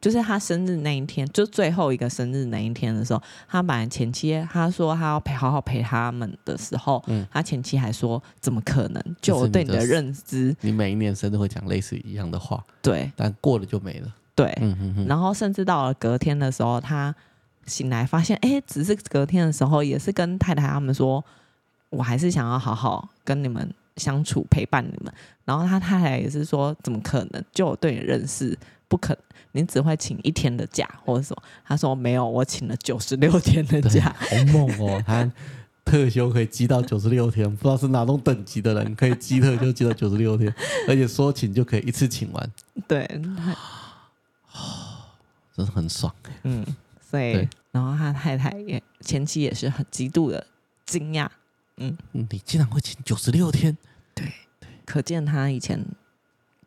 S1: 就是他生日那一天，就最后一个生日那一天的时候，他本来前妻他说他要陪好好陪他们的时候，
S2: 嗯
S1: 他前妻还说怎么可能？
S2: 这
S1: 就是我
S2: 你
S1: 对你
S2: 的
S1: 的认知，
S2: 你每一年生日会讲类似一样的话，
S1: 对
S2: 但过了就没了。
S1: 对，
S2: 嗯哼哼。
S1: 然后甚至到了隔天的时候，他醒来发现，哎，只是隔天的时候，也是跟太太他们说，我还是想要好好跟你们相处，陪伴你们。然后他太太也是说，怎么可能？就我对你认识，不可能，你只会请一天的假或者什么。他说没有，我请了九十六天的
S2: 对，
S1: 假。
S2: 好猛哦！他特休可以积到九十六天，不知道是哪种等级的人可以积特休积到九十六天，而且说请就可以一次请完，
S1: [LAUGHS] 对，他
S2: 真的很爽。
S1: 嗯，所以
S2: 对
S1: 然后他太太也前妻也是很极度的惊讶，
S2: 嗯你竟然会请九十六天，
S1: 可见他以前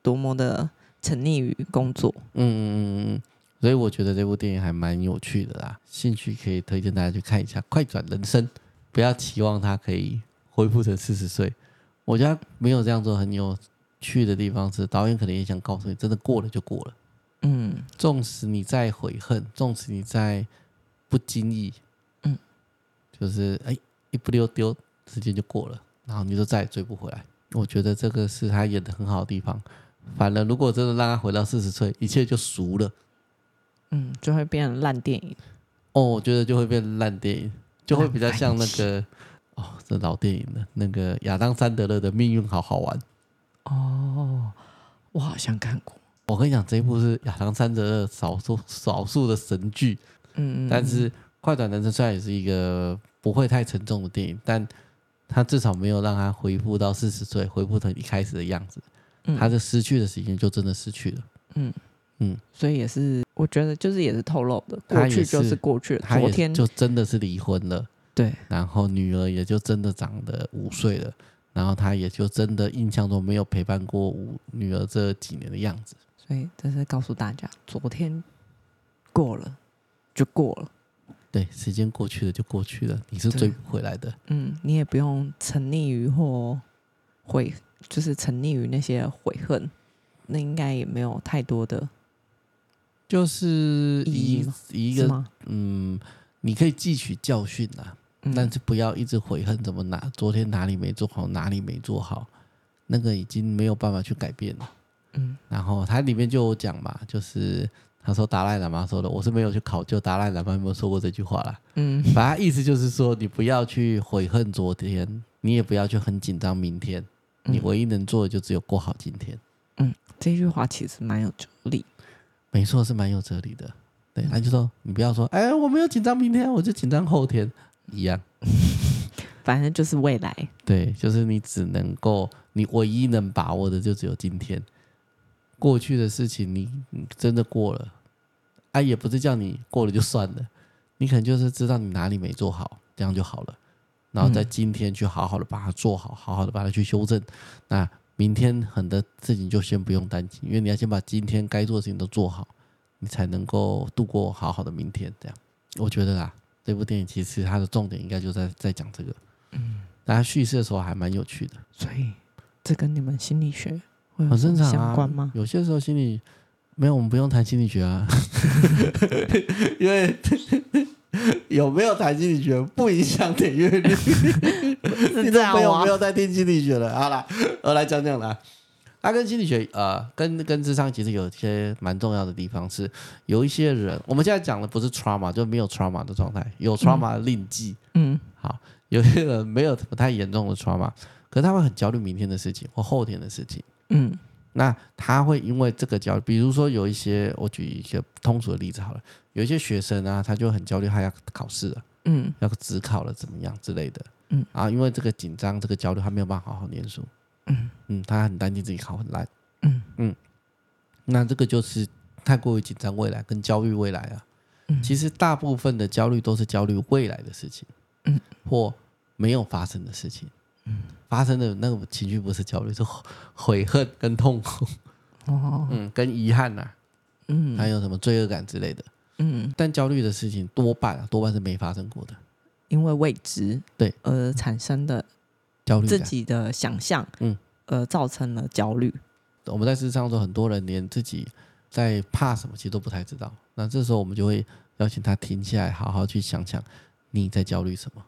S1: 多么的沉溺于工作。
S2: 嗯嗯嗯嗯嗯。所以我觉得这部电影还蛮有趣的啦，兴趣可以推荐大家去看一下《快转人生》，不要期望它可以恢复成四十岁。我觉得它没有这样做很有趣的地方是，导演可能也想告诉你，真的过了就过了。
S1: 嗯
S2: 纵使你再悔恨，纵使你再不经意，
S1: 嗯，
S2: 就是哎、一不溜丢，时间就过了，然后你就再也追不回来。我觉得这个是他演的很好的地方。反而如果真的让他回到四十岁，一切就熟了，
S1: 嗯，就会变成烂电影。
S2: 哦，我觉得就会变烂电影，就会比较像那个哦，这老电影了，那个亚当·山德勒的《命运好好玩》。
S1: 哦，我好像看过。
S2: 我跟你讲，这一部是亚当·山德勒少数少数的神剧，
S1: 嗯，
S2: 但是《快转人生》虽然也是一个不会太沉重的电影，但它至少没有让他恢复到四十岁，恢复成一开始的样子。
S1: 嗯
S2: 他的失去的时间就真的失去了。
S1: 嗯
S2: 嗯，
S1: 所以也是，我觉得就是也是透露的，
S2: 他
S1: 过
S2: 也
S1: 去就是是过去了，
S2: 他
S1: 昨
S2: 也
S1: 天
S2: 就真的是离婚了，
S1: 对，
S2: 然后女儿也就真的长得五岁了，然后他也就真的印象中没有陪伴过五女儿这几年的样子。
S1: 所以这是告诉大家，昨天过了就过了。
S2: 对，时间过去了就过去了，你是
S1: 对
S2: 追不回来的。
S1: 嗯，你也不用沉溺于或悔，就是沉溺于那些悔恨，那应该也没有太多的，
S2: 就是
S1: 意义
S2: 以
S1: 吗
S2: 以一
S1: 是
S2: 个
S1: 吗？
S2: 嗯，你可以汲取教训啊，
S1: 嗯
S2: 但是不要一直悔恨，怎么哪昨天哪里没做好，哪里没做好，那个已经没有办法去改变了。
S1: 嗯
S2: 然后它里面就有讲嘛，就是他说达赖喇嘛说的，我是没有去考究达赖喇嘛有没有说过这句话啦。
S1: 嗯
S2: 反正意思就是说，你不要去悔恨昨天，你也不要去很紧张明天，你
S1: 嗯
S2: 唯一能做的就只有过好今天。
S1: 这句话其实蛮有哲理。
S2: 没错，是蛮有哲理的。对，他就说你不要说，哎，我没有紧张明天，我就紧张后天一样。
S1: 反正就是未来，
S2: 对，就是你只能够，你唯一能把握的就只有今天。过去的事情你，你真的过了，啊，也不是叫你过了就算了，你可能就是知道你哪里没做好，这样就好了。然后在
S1: 嗯
S2: 今天去好好的把它做好，好好的把它去修正。那明天很多事情就先不用担心，因为你要先把今天该做的事情都做好，你才能够度过好好的明天。这样，我觉得啦，这部电影其实它的重点应该就在在讲这个。但它叙事的时候还蛮有趣的，
S1: 所以这跟你们心理学会有
S2: 很正常啊。
S1: 嗯相关吗？
S2: 有些时候心理没有，我们不用谈心理学啊， [LAUGHS] 因为 [LAUGHS] 有没有谈心理学不影响点阅
S1: [LAUGHS]
S2: 率。
S1: 是啊
S2: 听
S1: 这
S2: 众
S1: 样
S2: 朋友
S1: 吗
S2: 没？有在哦听心理学了，好啦，我来讲讲啦。它、啊跟心理学呃，跟跟智商其实有一些蛮重要的地方是，有一些人我们现在讲的不是 trauma，就没有 trauma 的状态，有 trauma 另计。
S1: 嗯
S2: 好，有些人没有不太严重的 trauma，可是他会很焦虑明天的事情或后天的事情。
S1: 嗯
S2: 那他会因为这个焦虑，比如说有一些，我举一个通俗的例子好了，有一些学生啊，他就很焦虑，他要考试了，
S1: 嗯
S2: 要职考了，怎么样之类的，
S1: 嗯
S2: 啊，因为这个紧张，这个焦虑，他没有办法好好念书，
S1: 嗯
S2: 嗯，他很担心自己考很烂，
S1: 嗯
S2: 那这个就是太过于紧张未来跟焦虑未来啊，
S1: 嗯，
S2: 其实大部分的焦虑都是焦虑未来的事情，
S1: 嗯
S2: 或没有发生的事情，
S1: 嗯
S2: 发生的那个情绪不是焦虑，是 [LAUGHS] 悔悔恨跟痛苦，
S1: 哦
S2: 嗯，跟遗憾呐、
S1: 嗯
S2: 还有什么罪恶感之类的。
S1: 嗯，
S2: 但焦虑的事情多半啊，多半是没发生过的
S1: 因为未知
S2: 对
S1: 而产生的
S2: 焦虑
S1: 自
S2: 感。
S1: 己的想象，
S2: 嗯
S1: 嗯，呃，造成了焦虑。
S2: 我们在世上说，很多人连自己在怕什么其实都不太知道。那这时候我们就会邀请他停下来，好好去想想你在焦虑什么。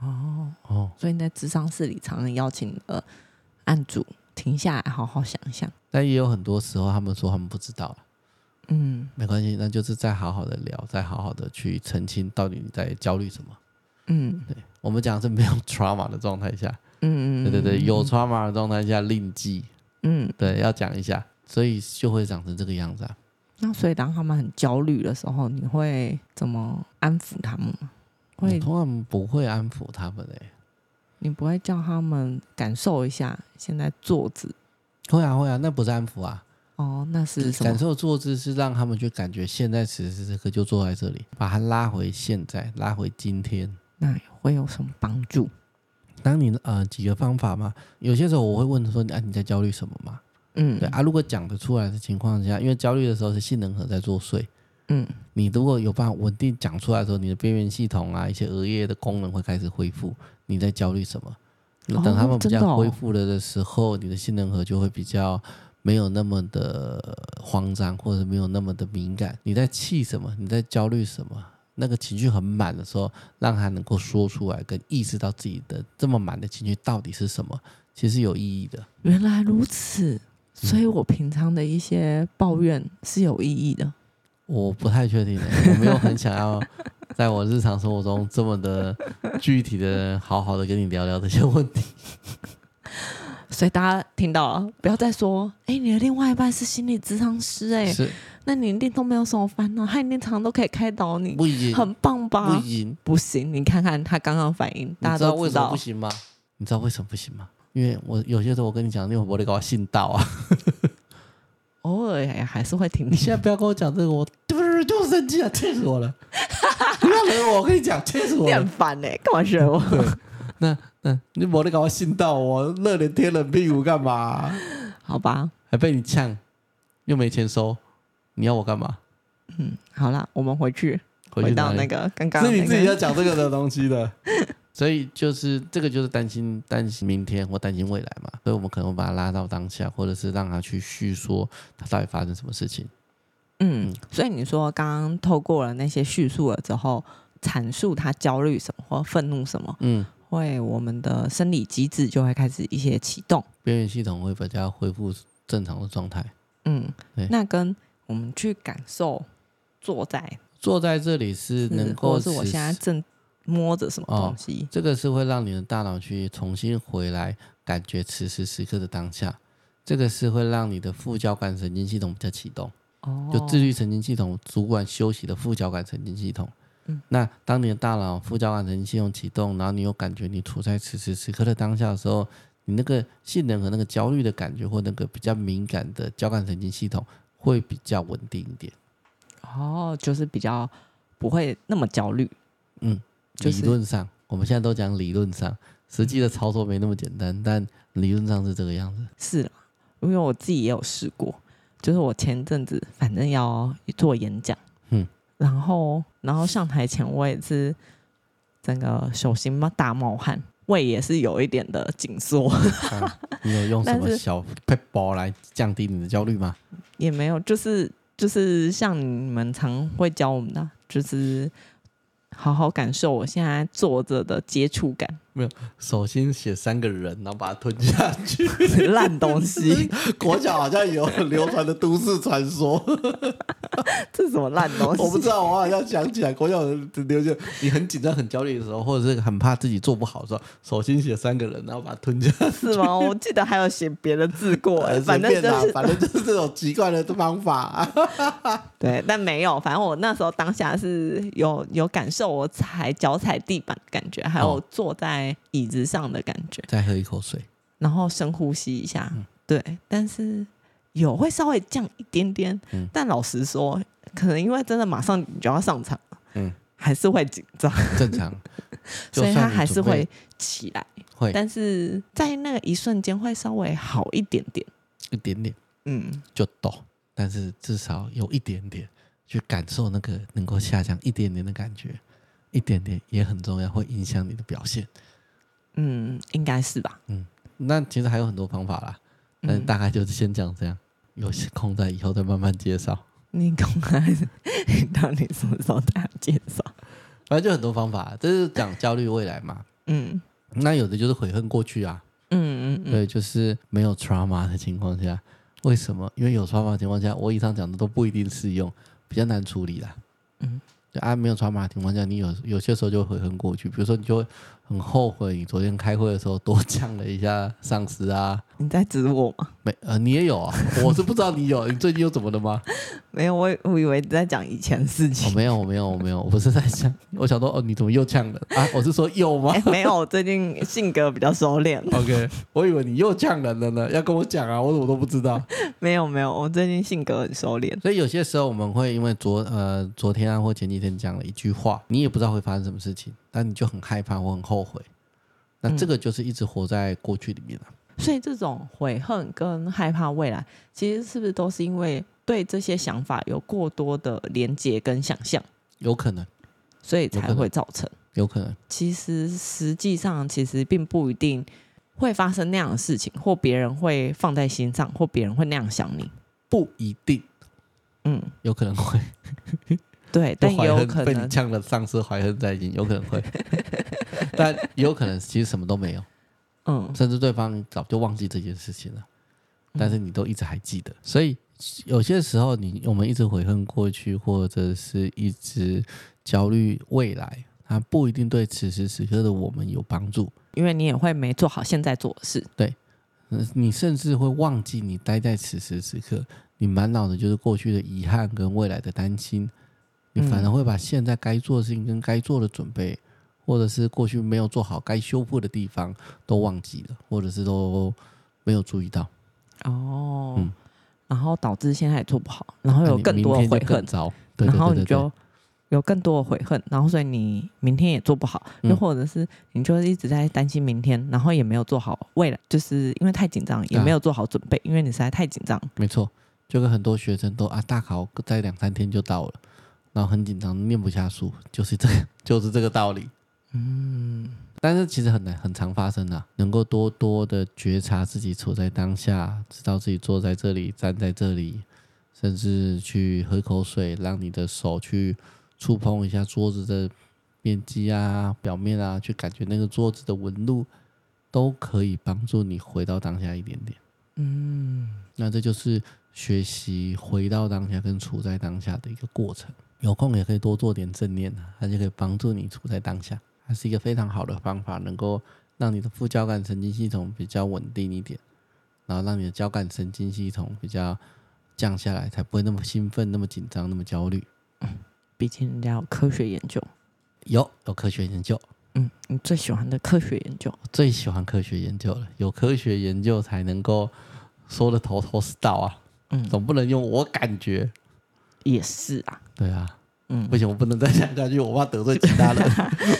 S1: 哦，
S2: 哦，
S1: 所以你在智商室里常常邀请呃案主停下来，好好想一想。
S2: 但也有很多时候他们说他们不知道啊
S1: 嗯
S2: 没关系，那就是再好好的聊，再好好的去澄清到底你在焦虑什么。
S1: 嗯
S2: 对我们讲的是没有 [LAUGHS] trauma 的状态下，
S1: 嗯
S2: 对对对，有 trauma 的状态下另计，
S1: 嗯，
S2: 对，要讲一下，所以就会长成这个样子啊。
S1: 那所以当他们很焦虑的时候，你会怎么安抚他们吗？
S2: 我
S1: 会，
S2: 通常不会安抚他们欸诶、
S1: 你不会叫他们感受一下现在坐姿？
S2: 会啊会啊，那不是安抚啊，
S1: 哦，那是什
S2: 感
S1: 么？
S2: 受坐姿是让他们去感觉现在此时此刻就坐在这里，把它拉回现在，拉回今天。
S1: 那会有什么帮助？
S2: 当你呃几个方法嘛，有些时候我会问说，啊你在焦虑什么嘛？
S1: 嗯，
S2: 对啊，如果讲得出来的情况下，因为焦虑的时候是性能核在作祟，
S1: 嗯
S2: 你如果有办法稳定讲出来的时候，你的边缘系统啊，一些额叶的功能会开始恢复。你在焦虑什么？那等他们比
S1: 真的
S2: 较
S1: 哦
S2: 恢复了的时候，你的性能核就会比较没有那么的慌张，或者没有那么的敏感。你在气什么？你在焦虑什么？那个情绪很满的时候，让他能够说出来，跟意识到自己的这么满的情绪到底是什么，其实有意义的。
S1: 原来如此，所以我平常的一些抱怨是有意义的。
S2: 我不太确定、欸，我没有很
S1: [LAUGHS]
S2: 想要在我日常生活中这么的具体的好好的跟你聊聊这些问题。
S1: 所以大家听到了，不要再说，哎、你的另外一半是心理咨商师、哎，
S2: 是
S1: 那你一定都没有什么烦恼，他一定常常都可以开导你，
S2: 不行，
S1: 很棒
S2: 不
S1: 吧？
S2: 行，
S1: 不行，你看看他刚刚反应，大家
S2: 你知道
S1: 都
S2: 为
S1: 知
S2: 什么
S1: 道
S2: 不，行吗？你知道为什么不行吗？因为我有些时候我跟你讲，你有没得给我信道
S1: [LAUGHS]
S2: 啊？
S1: 偶尔也还是会听
S2: 你
S1: 你。
S2: 现在不要跟我讲这个，我对不对？就生气啊，气死我了！
S1: [LAUGHS]
S2: 不要惹我，我跟你讲，气死我
S1: 你
S2: 了
S1: 很！烦哎、干嘛学我？
S2: 那那你没得给我信道，我热脸贴冷屁股干嘛？
S1: [LAUGHS] 好吧，
S2: 还被你呛，又没钱收，你要我干嘛？
S1: 嗯，好啦，我们回去
S2: 去
S1: 回到
S2: 哪里
S1: 那个刚刚、
S2: 是你
S1: 那
S2: 自己要
S1: 个，
S2: 讲这个的东西的。 [LAUGHS] 所以就是这个就是担心担心明天或担心未来嘛，所以我们可能会把他拉到当下，或者是让他去叙说他到底发生什么事情。
S1: 嗯，所以你说刚刚透过了那些叙述了之后，阐述他焦虑什么或愤怒什么，
S2: 嗯，
S1: 会我们的生理机制就会开始一些启动。
S2: 边缘系统会比较恢复正常的状态。
S1: 嗯
S2: 对，
S1: 那跟我们去感受坐在
S2: 坐在这里是能
S1: 或
S2: 够哦
S1: 者是我
S2: 使
S1: 现在正摸着什么东西，
S2: 这个是会让你的大脑去重新回来感觉此时此刻的当下，这个是会让你的副交感神经系统比较启动，
S1: 哦，
S2: 就自律神经系统主管休息的副交感神经系统。
S1: 嗯
S2: 那当你的大脑副交感神经系统启动，然后你有感觉你处在此时此刻的当下的时候，你那个性能和那个焦虑的感觉，或那个比较敏感的交感神经系统会比较稳定一点。
S1: 哦，就是比较不会那么焦虑，
S2: 嗯，
S1: 就是
S2: 理论上，我们现在都讲理论上，实际的操作没那么简单，但理论上是这个样
S1: [LAUGHS]
S2: 子。
S1: 是啦，因为我自己也有试过，就是我前阵子反正要做演讲，
S2: 嗯，
S1: 然后然后上台前我也是整个手心嘛大冒汗，胃也是有一点的紧缩， [LAUGHS]
S2: 啊你有用什
S1: 但
S2: 么
S1: 是
S2: 小 p e b a 来降低你的焦虑吗？
S1: 也没有，就是就是像你们常会教我们的，啊就是好好感受我现在坐着的接触感， [LAUGHS]
S2: 首先写三个人，然后把它吞下去。
S1: 烂东西， [LAUGHS]
S2: 国小好像有流传的都市传说，
S1: 这是什么烂东西？
S2: 我不知道，我好像想起来，国小有流传，你很紧张、很焦虑的时候，或者是很怕自己做不好的时候，首先写三个人，然后把它吞下
S1: [LAUGHS]
S2: 去。
S1: 是吗？我记得还有写别的字过、哎
S2: 呃随
S1: 反正
S2: 便
S1: 就
S2: 啦
S1: 是
S2: 反正就是这种奇怪的方法、
S1: 对，但没有。反正我那时候当下是有有感受，我踩脚踩地板的感觉，还有
S2: 哦
S1: 坐在椅子上的感觉，
S2: 再喝一口水。
S1: 然后深呼吸一下。
S2: 嗯
S1: 对，但是有会稍微降一点点，
S2: 嗯
S1: 但老实说，可能因为真的马上你就要上场了，
S2: 嗯
S1: 还是会紧张，
S2: 正常， [LAUGHS] 就
S1: 所以
S2: 算
S1: 他
S2: 你
S1: 还是
S2: 准备
S1: 会起来，
S2: 会
S1: 但是在那个一瞬间会稍微好一点点。
S2: 一点点
S1: 嗯，
S2: 就抖，但是至少有一点点去感受那个能够下降一点点的感觉，一点点也很重要，会影响你的表现。
S1: 嗯，应该是吧。
S2: 那其实还有很多方法啦，但是
S1: 嗯，
S2: 大概就是先讲这样，有空在以后再慢慢介绍。
S1: 你刚才 [LAUGHS] 你到底什么时候大家介绍？
S2: 反正就很多方法，这是讲焦虑未来嘛。
S1: 嗯
S2: 那有的就是悔恨过去啊，
S1: 嗯嗯
S2: 对，就是没有 trauma 的情况下，为什么？因为有 trauma 的情况下，我以上讲的都不一定适用，比较难处理啦。
S1: 嗯，
S2: 就啊，没有 trauma 的情况下，你有有些时候就会悔恨过去，比如说你就会很后悔，你昨天开会的时候多呛了一下上司啊，
S1: 嗯，你在指我吗？ [LAUGHS]
S2: 没呃，你也有啊，我是不知道你有，你最近又怎么了吗？
S1: 没有，我以我以为你在讲以前的事
S2: 我、
S1: 情。
S2: 哦没有，我没有，我没有，我不是在想，我想说哦，你怎么又呛了啊？我是说又吗
S1: 哎、 [LAUGHS] 没有，我最近性格比较收敛。
S2: [LAUGHS] ？OK，我以为你又呛人了呢，要跟我讲啊，我怎么都不知道。
S1: [LAUGHS] 没有没有，我最近性格很收敛。
S2: 所以有些时候我们会因为昨呃昨天啊或前几天讲了一句话，你也不知道会发生什么事情，但你就很害怕或很后悔。那这个就是一直活在过去里面啊了、
S1: 所以这种悔恨跟害怕未来，其实是不是都是因为对这些想法有过多的连接跟想象，
S2: 有可能，
S1: 所以才会造成？
S2: 有可能，
S1: 其实实际上其实并不一定会发生那样的事情，或别人会放在心上，或别人会那样想你。
S2: 不一定，
S1: 嗯，
S2: 有可能 [LAUGHS] 会，
S1: 对，但
S2: 就
S1: 也
S2: 怀
S1: 有
S2: 恨
S1: 可
S2: 被你
S1: 能
S2: 呛了丧失怀恨在心，有可能 [LAUGHS] 会，但也有可能其实什么都没有，
S1: 嗯，
S2: 甚至对方早就忘记这件事情了，但是你都一直还记得，所以有些时候你我们一直悔恨过去，或者是一直焦虑未来，它不一定对此时此刻的我们有帮助。
S1: 因为你也会没做好现在做的事。
S2: 嗯你甚至会忘记你待在此时此刻，你满脑子就是过去的遗憾跟未来的担心，你反而会把现在该做的事情跟该做的准备，或者是过去没有做好该修复的地方都忘记了，或者是都没有注意到。
S1: 哦，
S2: 嗯
S1: 然后导致现在也做不好，然后
S2: 那
S1: 有
S2: 你
S1: 更多的
S2: 嗯明天
S1: 悔
S2: 就
S1: 恨
S2: 更，糟，对
S1: 然
S2: 对
S1: 后
S2: 对
S1: 你
S2: 对对，
S1: 就有更多的悔恨，然后所以你明天也做不好，
S2: 嗯
S1: 又或者是你就一直在担心明天，然后也没有做好未来，就是因为太紧张，也
S2: 啊
S1: 没有做好准备，因为你实在太紧张。
S2: 没错，就跟很多学生都啊，大考在两三天就到了，然后很紧张，念不下书，就是这个， [LAUGHS] 就是这个道理。
S1: 嗯，
S2: 但是其实很难，很常发生啊。能够多多的觉察自己处在当下，知道自己坐在这里、站在这里，甚至去喝口水，让你的手去触碰一下桌子的面积啊、表面啊，去感觉那个桌子的纹路，都可以帮助你回到当下一点点。嗯，那这就是学习回到当下跟处在当下的一个过程。有空也可以多做点正念啊，它就可以帮助你处在当下。它是一个非常好的方法，能够让你的副交感神经系统比较稳定一点，然后让你的交感神经系统比较降下来，才不会那么兴奋、那么紧张、那么焦虑。
S1: 毕竟人家有科学研究。
S2: 有有科学研究，
S1: 嗯，你最喜欢的科学研究
S2: 我最喜欢科学研究了，有科学研究才能够说的头头是道啊，
S1: 嗯
S2: 总不能用我感觉。
S1: 也是啊，
S2: 对啊，
S1: 嗯
S2: 不，行，我不能再讲下去，我怕得罪其
S1: [LAUGHS]
S2: 他人。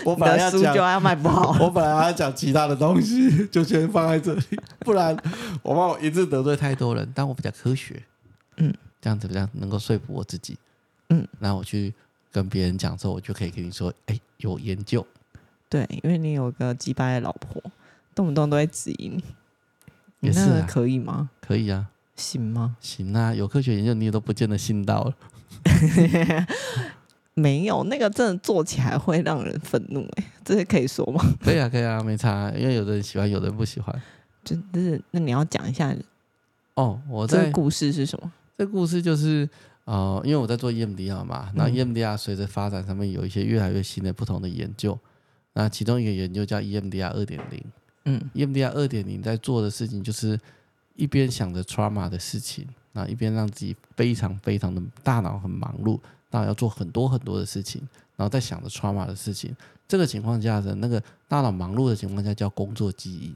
S2: 我
S1: 你
S2: 本来要
S1: 的书就
S2: 讲，，
S1: 要卖不好
S2: 我本来要讲其他的东西，就先放在这里，不然我怕我一次得罪太多人。但我比较科学，
S1: 嗯，
S2: 这样子比较能够说服我自己。
S1: 嗯，
S2: 那我去跟别人讲的时候，我就可以跟你说，哎、有研究。
S1: 对，因为你有个鸡巴的老婆，动不动都会质疑你，你
S2: 也
S1: 那
S2: 是
S1: 个
S2: 啊
S1: 可以吗？
S2: 可以啊，
S1: 行吗？
S2: 行啊，有科学研究你也都不见得信到了。
S1: [LAUGHS]
S2: [LAUGHS]
S1: 没有，那个真的做起来会让人愤怒、欸，哎，这是可以说吗？
S2: 可以啊，可以啊，没差啊，因为有的人喜欢，有的人不喜欢。
S1: 就是那你要讲一下
S2: 哦，我
S1: 这
S2: 在
S1: 个故事是什么？
S2: 这故事就是，呃，因为我在做 EMDR 嘛，那 E
S1: 嗯
S2: EMDR 啊随着发展，上面有一些越来越新的不同的研究。那其中一个研究叫 E EMDR 啊二点零，E
S1: 嗯
S2: ，EMDR 啊二点零在做的事情就是一边想着 trauma 的事情，那一边让自己非常非常的大脑很忙碌，大脑要做很多很多的事情，然后在想着 trauma 的事情。这个情况下的那个大脑忙碌的情况下叫工作记忆，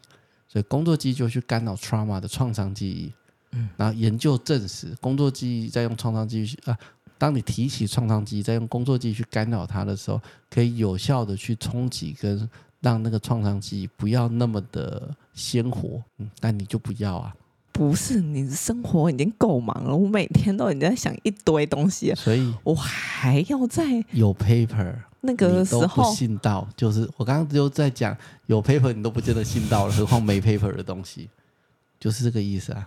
S2: 所以工作记忆就去干扰 trauma 的创伤记忆。
S1: 嗯，
S2: 然后研究证实，工作记忆再用创伤记忆去啊，当你提起创伤记忆，再用工作记忆去干扰它的时候，可以有效的去冲击跟让那个创伤记忆不要那么的鲜活。嗯，但你就不要啊，
S1: 不是，你的生活已经够忙了，我每天都已经在想一堆东西了，
S2: 所以
S1: 我还要在
S2: 有 paper
S1: 那个
S2: 你
S1: 时
S2: 都不
S1: 候，
S2: 信到，就是我刚刚就在讲有 paper 你都不见得信到了，何况没 paper 的东西，就是这个意思啊。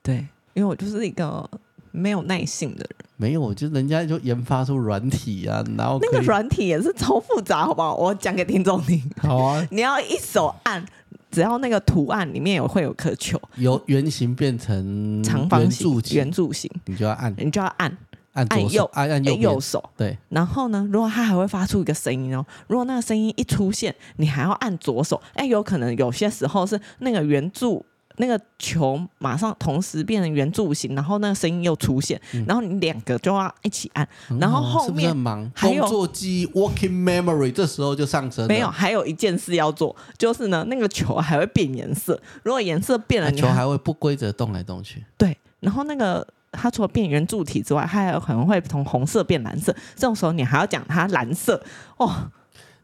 S1: 对，因为我就是一个没有耐性的人。
S2: 没有，就人家就研发出软体啊，然后
S1: 那个
S2: 可以
S1: 软体也是超复杂，好不好？我讲给听众听，
S2: 好啊，
S1: 你要一手按，只要那个图案里面有会有颗球，
S2: 由圆形变成
S1: 长方
S2: 嗯圆柱
S1: 形、
S2: 形
S1: 圆，柱形，
S2: 你就要按
S1: 你就要按
S2: 按左
S1: 按右哎
S2: 手，按按右边
S1: 右手。
S2: 对，
S1: 然后呢，如果它还会发出一个声音哦，如果那个声音一出现，你还要按左手。哎，有可能有些时候是那个圆柱。那个球马上同时变成圆柱形，然后那个声音又出现，
S2: 嗯
S1: 然后你两个就要一起按，
S2: 很
S1: 然后
S2: 好
S1: 后
S2: 嗯是不是
S1: 面
S2: 很忙？
S1: 还
S2: 工
S1: 有
S2: 作记忆 working memory 这时候就上升了，
S1: 没有，还有一件事要做，就是呢，那个球还会变颜色。如果颜色变了，
S2: 那
S1: 你
S2: 啊哎球还会不规则动来动去，
S1: 对，然后那个它除了变圆柱体之外，它还有可能会从红色变蓝色。这种时候你还要讲它蓝色哦，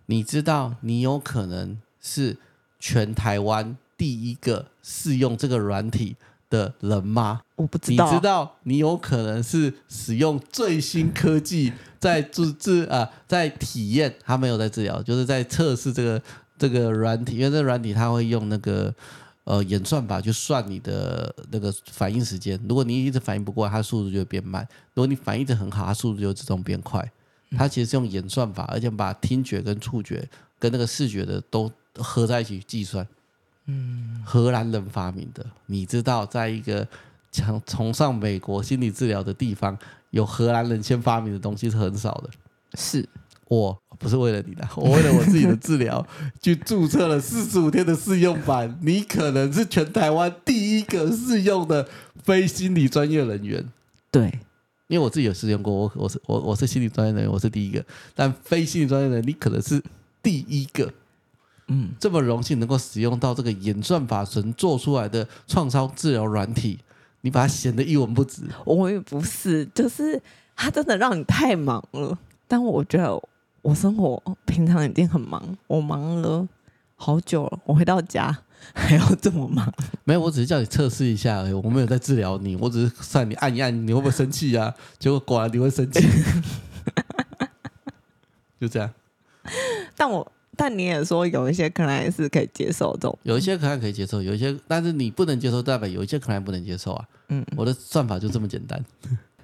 S2: 你知道，你有可能是全台湾第一个试用这个软体的人吗？
S1: 我不知
S2: 你
S1: 道，
S2: 知道，你有可能是使用最新科技 [LAUGHS] 在治治啊，在体验，他没有在治疗，就是在测试这个这个软体，因为这个软体它会用那个呃演算法去算你的那个反应时间。如果你一直反应不过来，它速度就会变慢；如果你反应的很好，它速度就会自动变快。它其实是用演算法，而且把听觉跟触觉跟那个视觉的都合在一起计算。嗯，荷兰人发明的，你知道，在一个强崇尚美国心理治疗的地方，有荷兰人先发明的东西是很少的。
S1: 是
S2: 我不是为了你的， [LAUGHS] 我为了我自己的治疗 [LAUGHS] 去注册了四十五天的试用版。你可能是全台湾第一个试用的非心理专业人员。
S1: 对，
S2: 因为我自己有试用过，我我是我我是心理专业人员，我是第一个，但非心理专业人员你可能是第一个，
S1: 嗯，
S2: 这么荣幸能够使用到这个演算法神做出来的创伤治疗软体，你把它显得一文不值，
S1: 我也不是，就是它真的让你太忙了。但我觉得我生活平常已经很忙，我忙了好久了，我回到家还要这么忙。
S2: 没有，我只是叫你测试一下而已，我没有在治疗你，我只是算你按一按，你会不会生气 [LAUGHS] 啊？结果果然你会生气， [LAUGHS] 就这样。
S1: [LAUGHS] 但我但你也说有一些可能还是可以接受这种，
S2: 有一些可爱可以接受，有一些但是你不能接受，代表有一些可爱不能接受啊。
S1: 嗯，
S2: 我的算法就这么简单，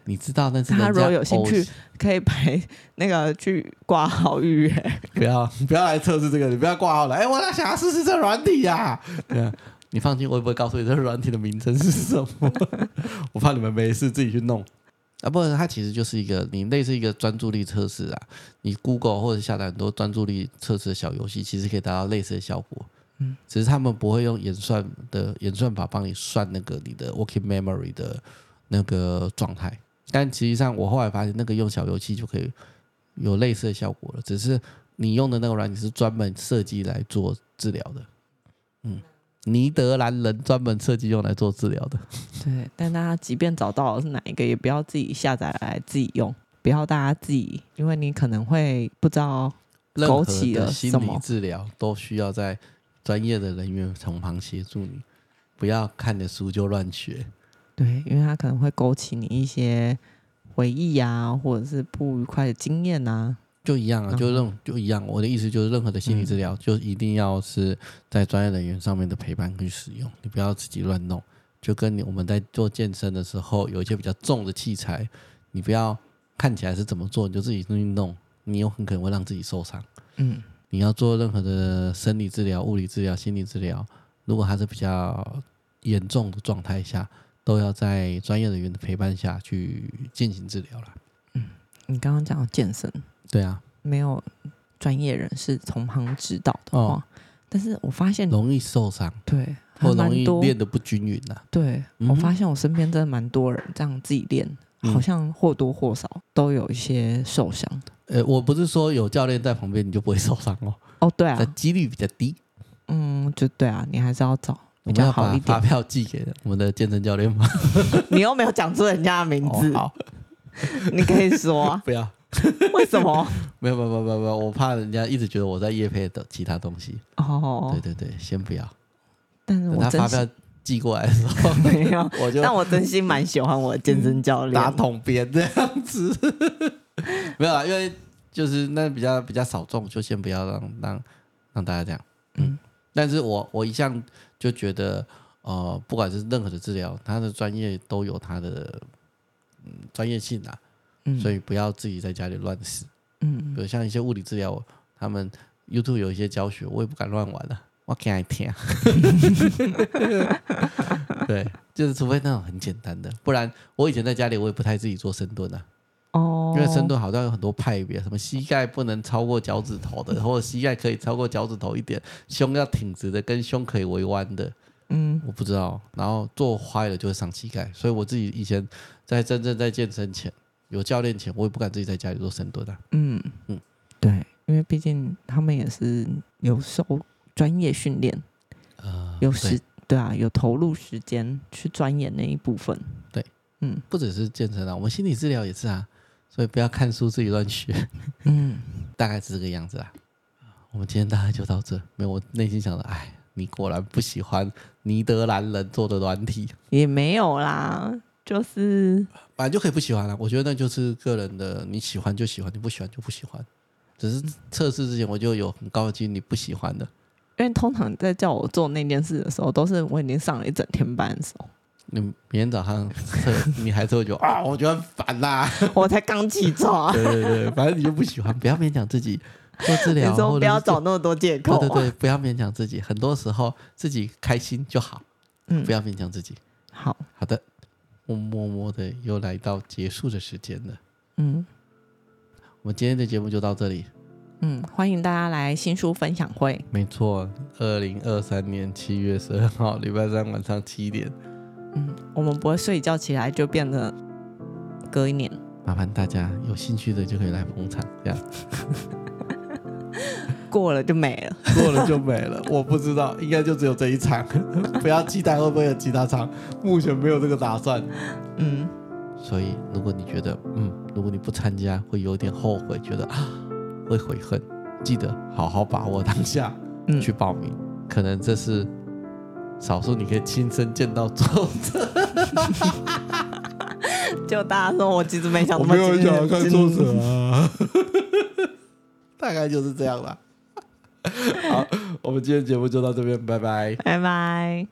S2: 你知道？但是
S1: 他
S2: 人
S1: 如
S2: 家
S1: 果有兴趣
S2: 偶，
S1: 可以排那个去挂号预约。
S2: 不要不要来测试这个，你不要挂号了。哎，我想要试试这软体呀、对啊你放心，我也不会告诉你这个软体的名称是什么， [LAUGHS] 我怕你们没事自己去弄。啊，不，它其实就是一个你类似一个专注力测试啊，你 Google 或者下载很多专注力测试的小游戏，其实可以达到类似的效果。嗯，只是他们不会用演算的演算法帮你算那个你的 working memory 的那个状态，但实际上我后来发现，那个用小游戏就可以有类似的效果了，只是你用的那个软体是专门设计来做治疗的。嗯，尼德兰人专门设计用来做治疗的。
S1: 对，但大家即便找到是哪一个，也不要自己下载来自己用，不要大家自己，因为你可能会不知道。
S2: 任何
S1: 枸杞
S2: 的
S1: 了
S2: 心
S1: 什
S2: 理
S1: 么
S2: 治疗都需要在专业的人员从旁协助你，不要看的书就乱学。
S1: 对，因为它可能会勾起你一些回忆啊，或者是不愉快的经验啊。
S2: 就一样啊，
S1: 嗯
S2: 就任就一样。我的意思就是，任何的心理治疗，就一定要是在专业人员上面的陪伴去使用，你不要自己乱弄。就跟你我们在做健身的时候，有一些比较重的器材，你不要看起来是怎么做，你就自己去弄，你有很可能会让自己受伤。
S1: 嗯，
S2: 你要做任何的生理治疗、物理治疗、心理治疗，如果它是比较严重的状态下，都要在专业人员的陪伴下去进行治疗啦。
S1: 你刚刚讲到健身，
S2: 对啊，
S1: 没有专业人士从旁指导的话，
S2: 哦
S1: 但是我发现
S2: 容易受伤。
S1: 对，还
S2: 或容
S1: 蛮
S2: 易
S1: 多。
S2: 练得不均匀呐、
S1: 对、
S2: 嗯
S1: 我
S2: 哼
S1: 发现我身边真的蛮多人这样自己练，
S2: 嗯
S1: 好像或多或少都有一些受伤。
S2: 呃，我不是说有教练在旁边你就不会受伤哦，
S1: 哦，对
S2: 但
S1: 啊，
S2: 几率比较低。
S1: 嗯，就对啊，你还是要找比
S2: 我们
S1: 较
S2: 要
S1: 好
S2: 把
S1: 一
S2: 发
S1: 点。
S2: 票寄给我们的健身教练吗？
S1: [LAUGHS]
S2: [LAUGHS]
S1: 你又没有讲出人家的名字，
S2: 哦、好，
S1: [LAUGHS] 你可以说、啊
S2: 不要，
S1: 为什么？
S2: 没有，没有，没有，没有没有，我怕人家一直觉得我在夜配的其他东西。
S1: 哦
S2: 对，对对，先不要，
S1: 但是
S2: 等
S1: 我
S2: 他
S1: 真
S2: 发
S1: 心
S2: 票寄过来的时候，
S1: 没有，
S2: 我 [LAUGHS] 就嗯
S1: 但我真心蛮喜欢我的健身教练。
S2: 打桶边这样子。没有啊，因为就是那比较比较少众，就先不要让让让大家这样。嗯
S1: 嗯，
S2: 但是我我一向就觉得，呃，不管是任何的治疗，他的专业都有他的嗯专业性啊，
S1: 嗯
S2: 所以不要自己在家里乱试。
S1: 嗯，
S2: 比如像一些物理治疗，他们 YouTube 有一些教学，我也不敢乱玩啊，我给你听。 [LAUGHS] 对，就是除非那种很简单的，不然我以前在家里我也不太自己做深蹲啊，
S1: 哦，
S2: 因为深蹲好像有很多派别，什么膝盖不能超过脚趾头的，或者膝盖可以超过脚趾头一点，胸要挺直的，跟胸可以微弯的，
S1: 嗯
S2: 我不知道。然后做坏了就会伤膝盖，所以我自己以前在真正在健身前。有教练前，我也不敢自己在家里做深蹲啊。
S1: 嗯
S2: 嗯
S1: 嗯，对，因为毕竟他们也是有受专业训练，
S2: 呃
S1: 有
S2: 对
S1: 时对啊，有投入时间去钻研那一部分。
S2: 对，
S1: 嗯
S2: 不只是健身啊，我们心理治疗也是啊，所以不要看书自己乱学，
S1: 嗯，
S2: [LAUGHS] 大概是这个样子啊。我们今天大概就到这，没有我内心想的，哎，你果然不喜欢尼德兰人做的软体，
S1: 也没有啦，就是
S2: 反正就可以不喜欢啊了、我觉得那就是个人的，你喜欢就喜欢，你不喜欢就不喜欢。只是测试之前我就有很高的几率你不喜欢的，
S1: 因为通常在叫我做那件事的时候，都是我已经上了一整天班的时候， [LAUGHS]
S2: 你明天早上测你还是会觉得 [LAUGHS] 啊，我觉得很烦啦、
S1: 我才刚起床。啊
S2: 对对对， [LAUGHS] 反正你就不喜欢，不要勉强自己做治
S1: 你
S2: 疗，
S1: 说
S2: 啊或
S1: 不
S2: 者
S1: 要
S2: 是做
S1: 找那么多借口、
S2: 对
S1: 啊，
S2: 对对，不要勉强自己，很多时候自己开心就好，
S1: 嗯
S2: 不要勉强自己。
S1: 好，
S2: 好的，我默默的又来到结束的时间了，
S1: 嗯。
S2: 我们今天的节目就到这里。
S1: 嗯，欢迎大家来新书分享会。
S2: 没错，二零二三年七月十二号礼拜三晚上七点，
S1: 嗯，我们不会睡一觉起来就变得隔一年。
S2: 麻烦大家有兴趣的就可以来捧场，这样
S1: 过了就没了。
S2: 过了就没了。我不知道，应该就只有这一场， [LAUGHS] 不要期待会不会有其他场，目前没有这个打算。
S1: 嗯，
S2: 所以，如果你觉得，嗯，如果你不参加会有点后悔，觉得啊会悔恨，记得好好把握当下，
S1: 嗯
S2: 去报名。可能这是少数你可以亲身见到作者，
S1: 就大家说我其实没想
S2: 我
S1: 那么
S2: 没有
S1: 精
S2: 想要看
S1: 精
S2: 作者啊，大概就是这样啦。好，我们今天节目就到这边，拜拜。
S1: [LAUGHS] 拜拜。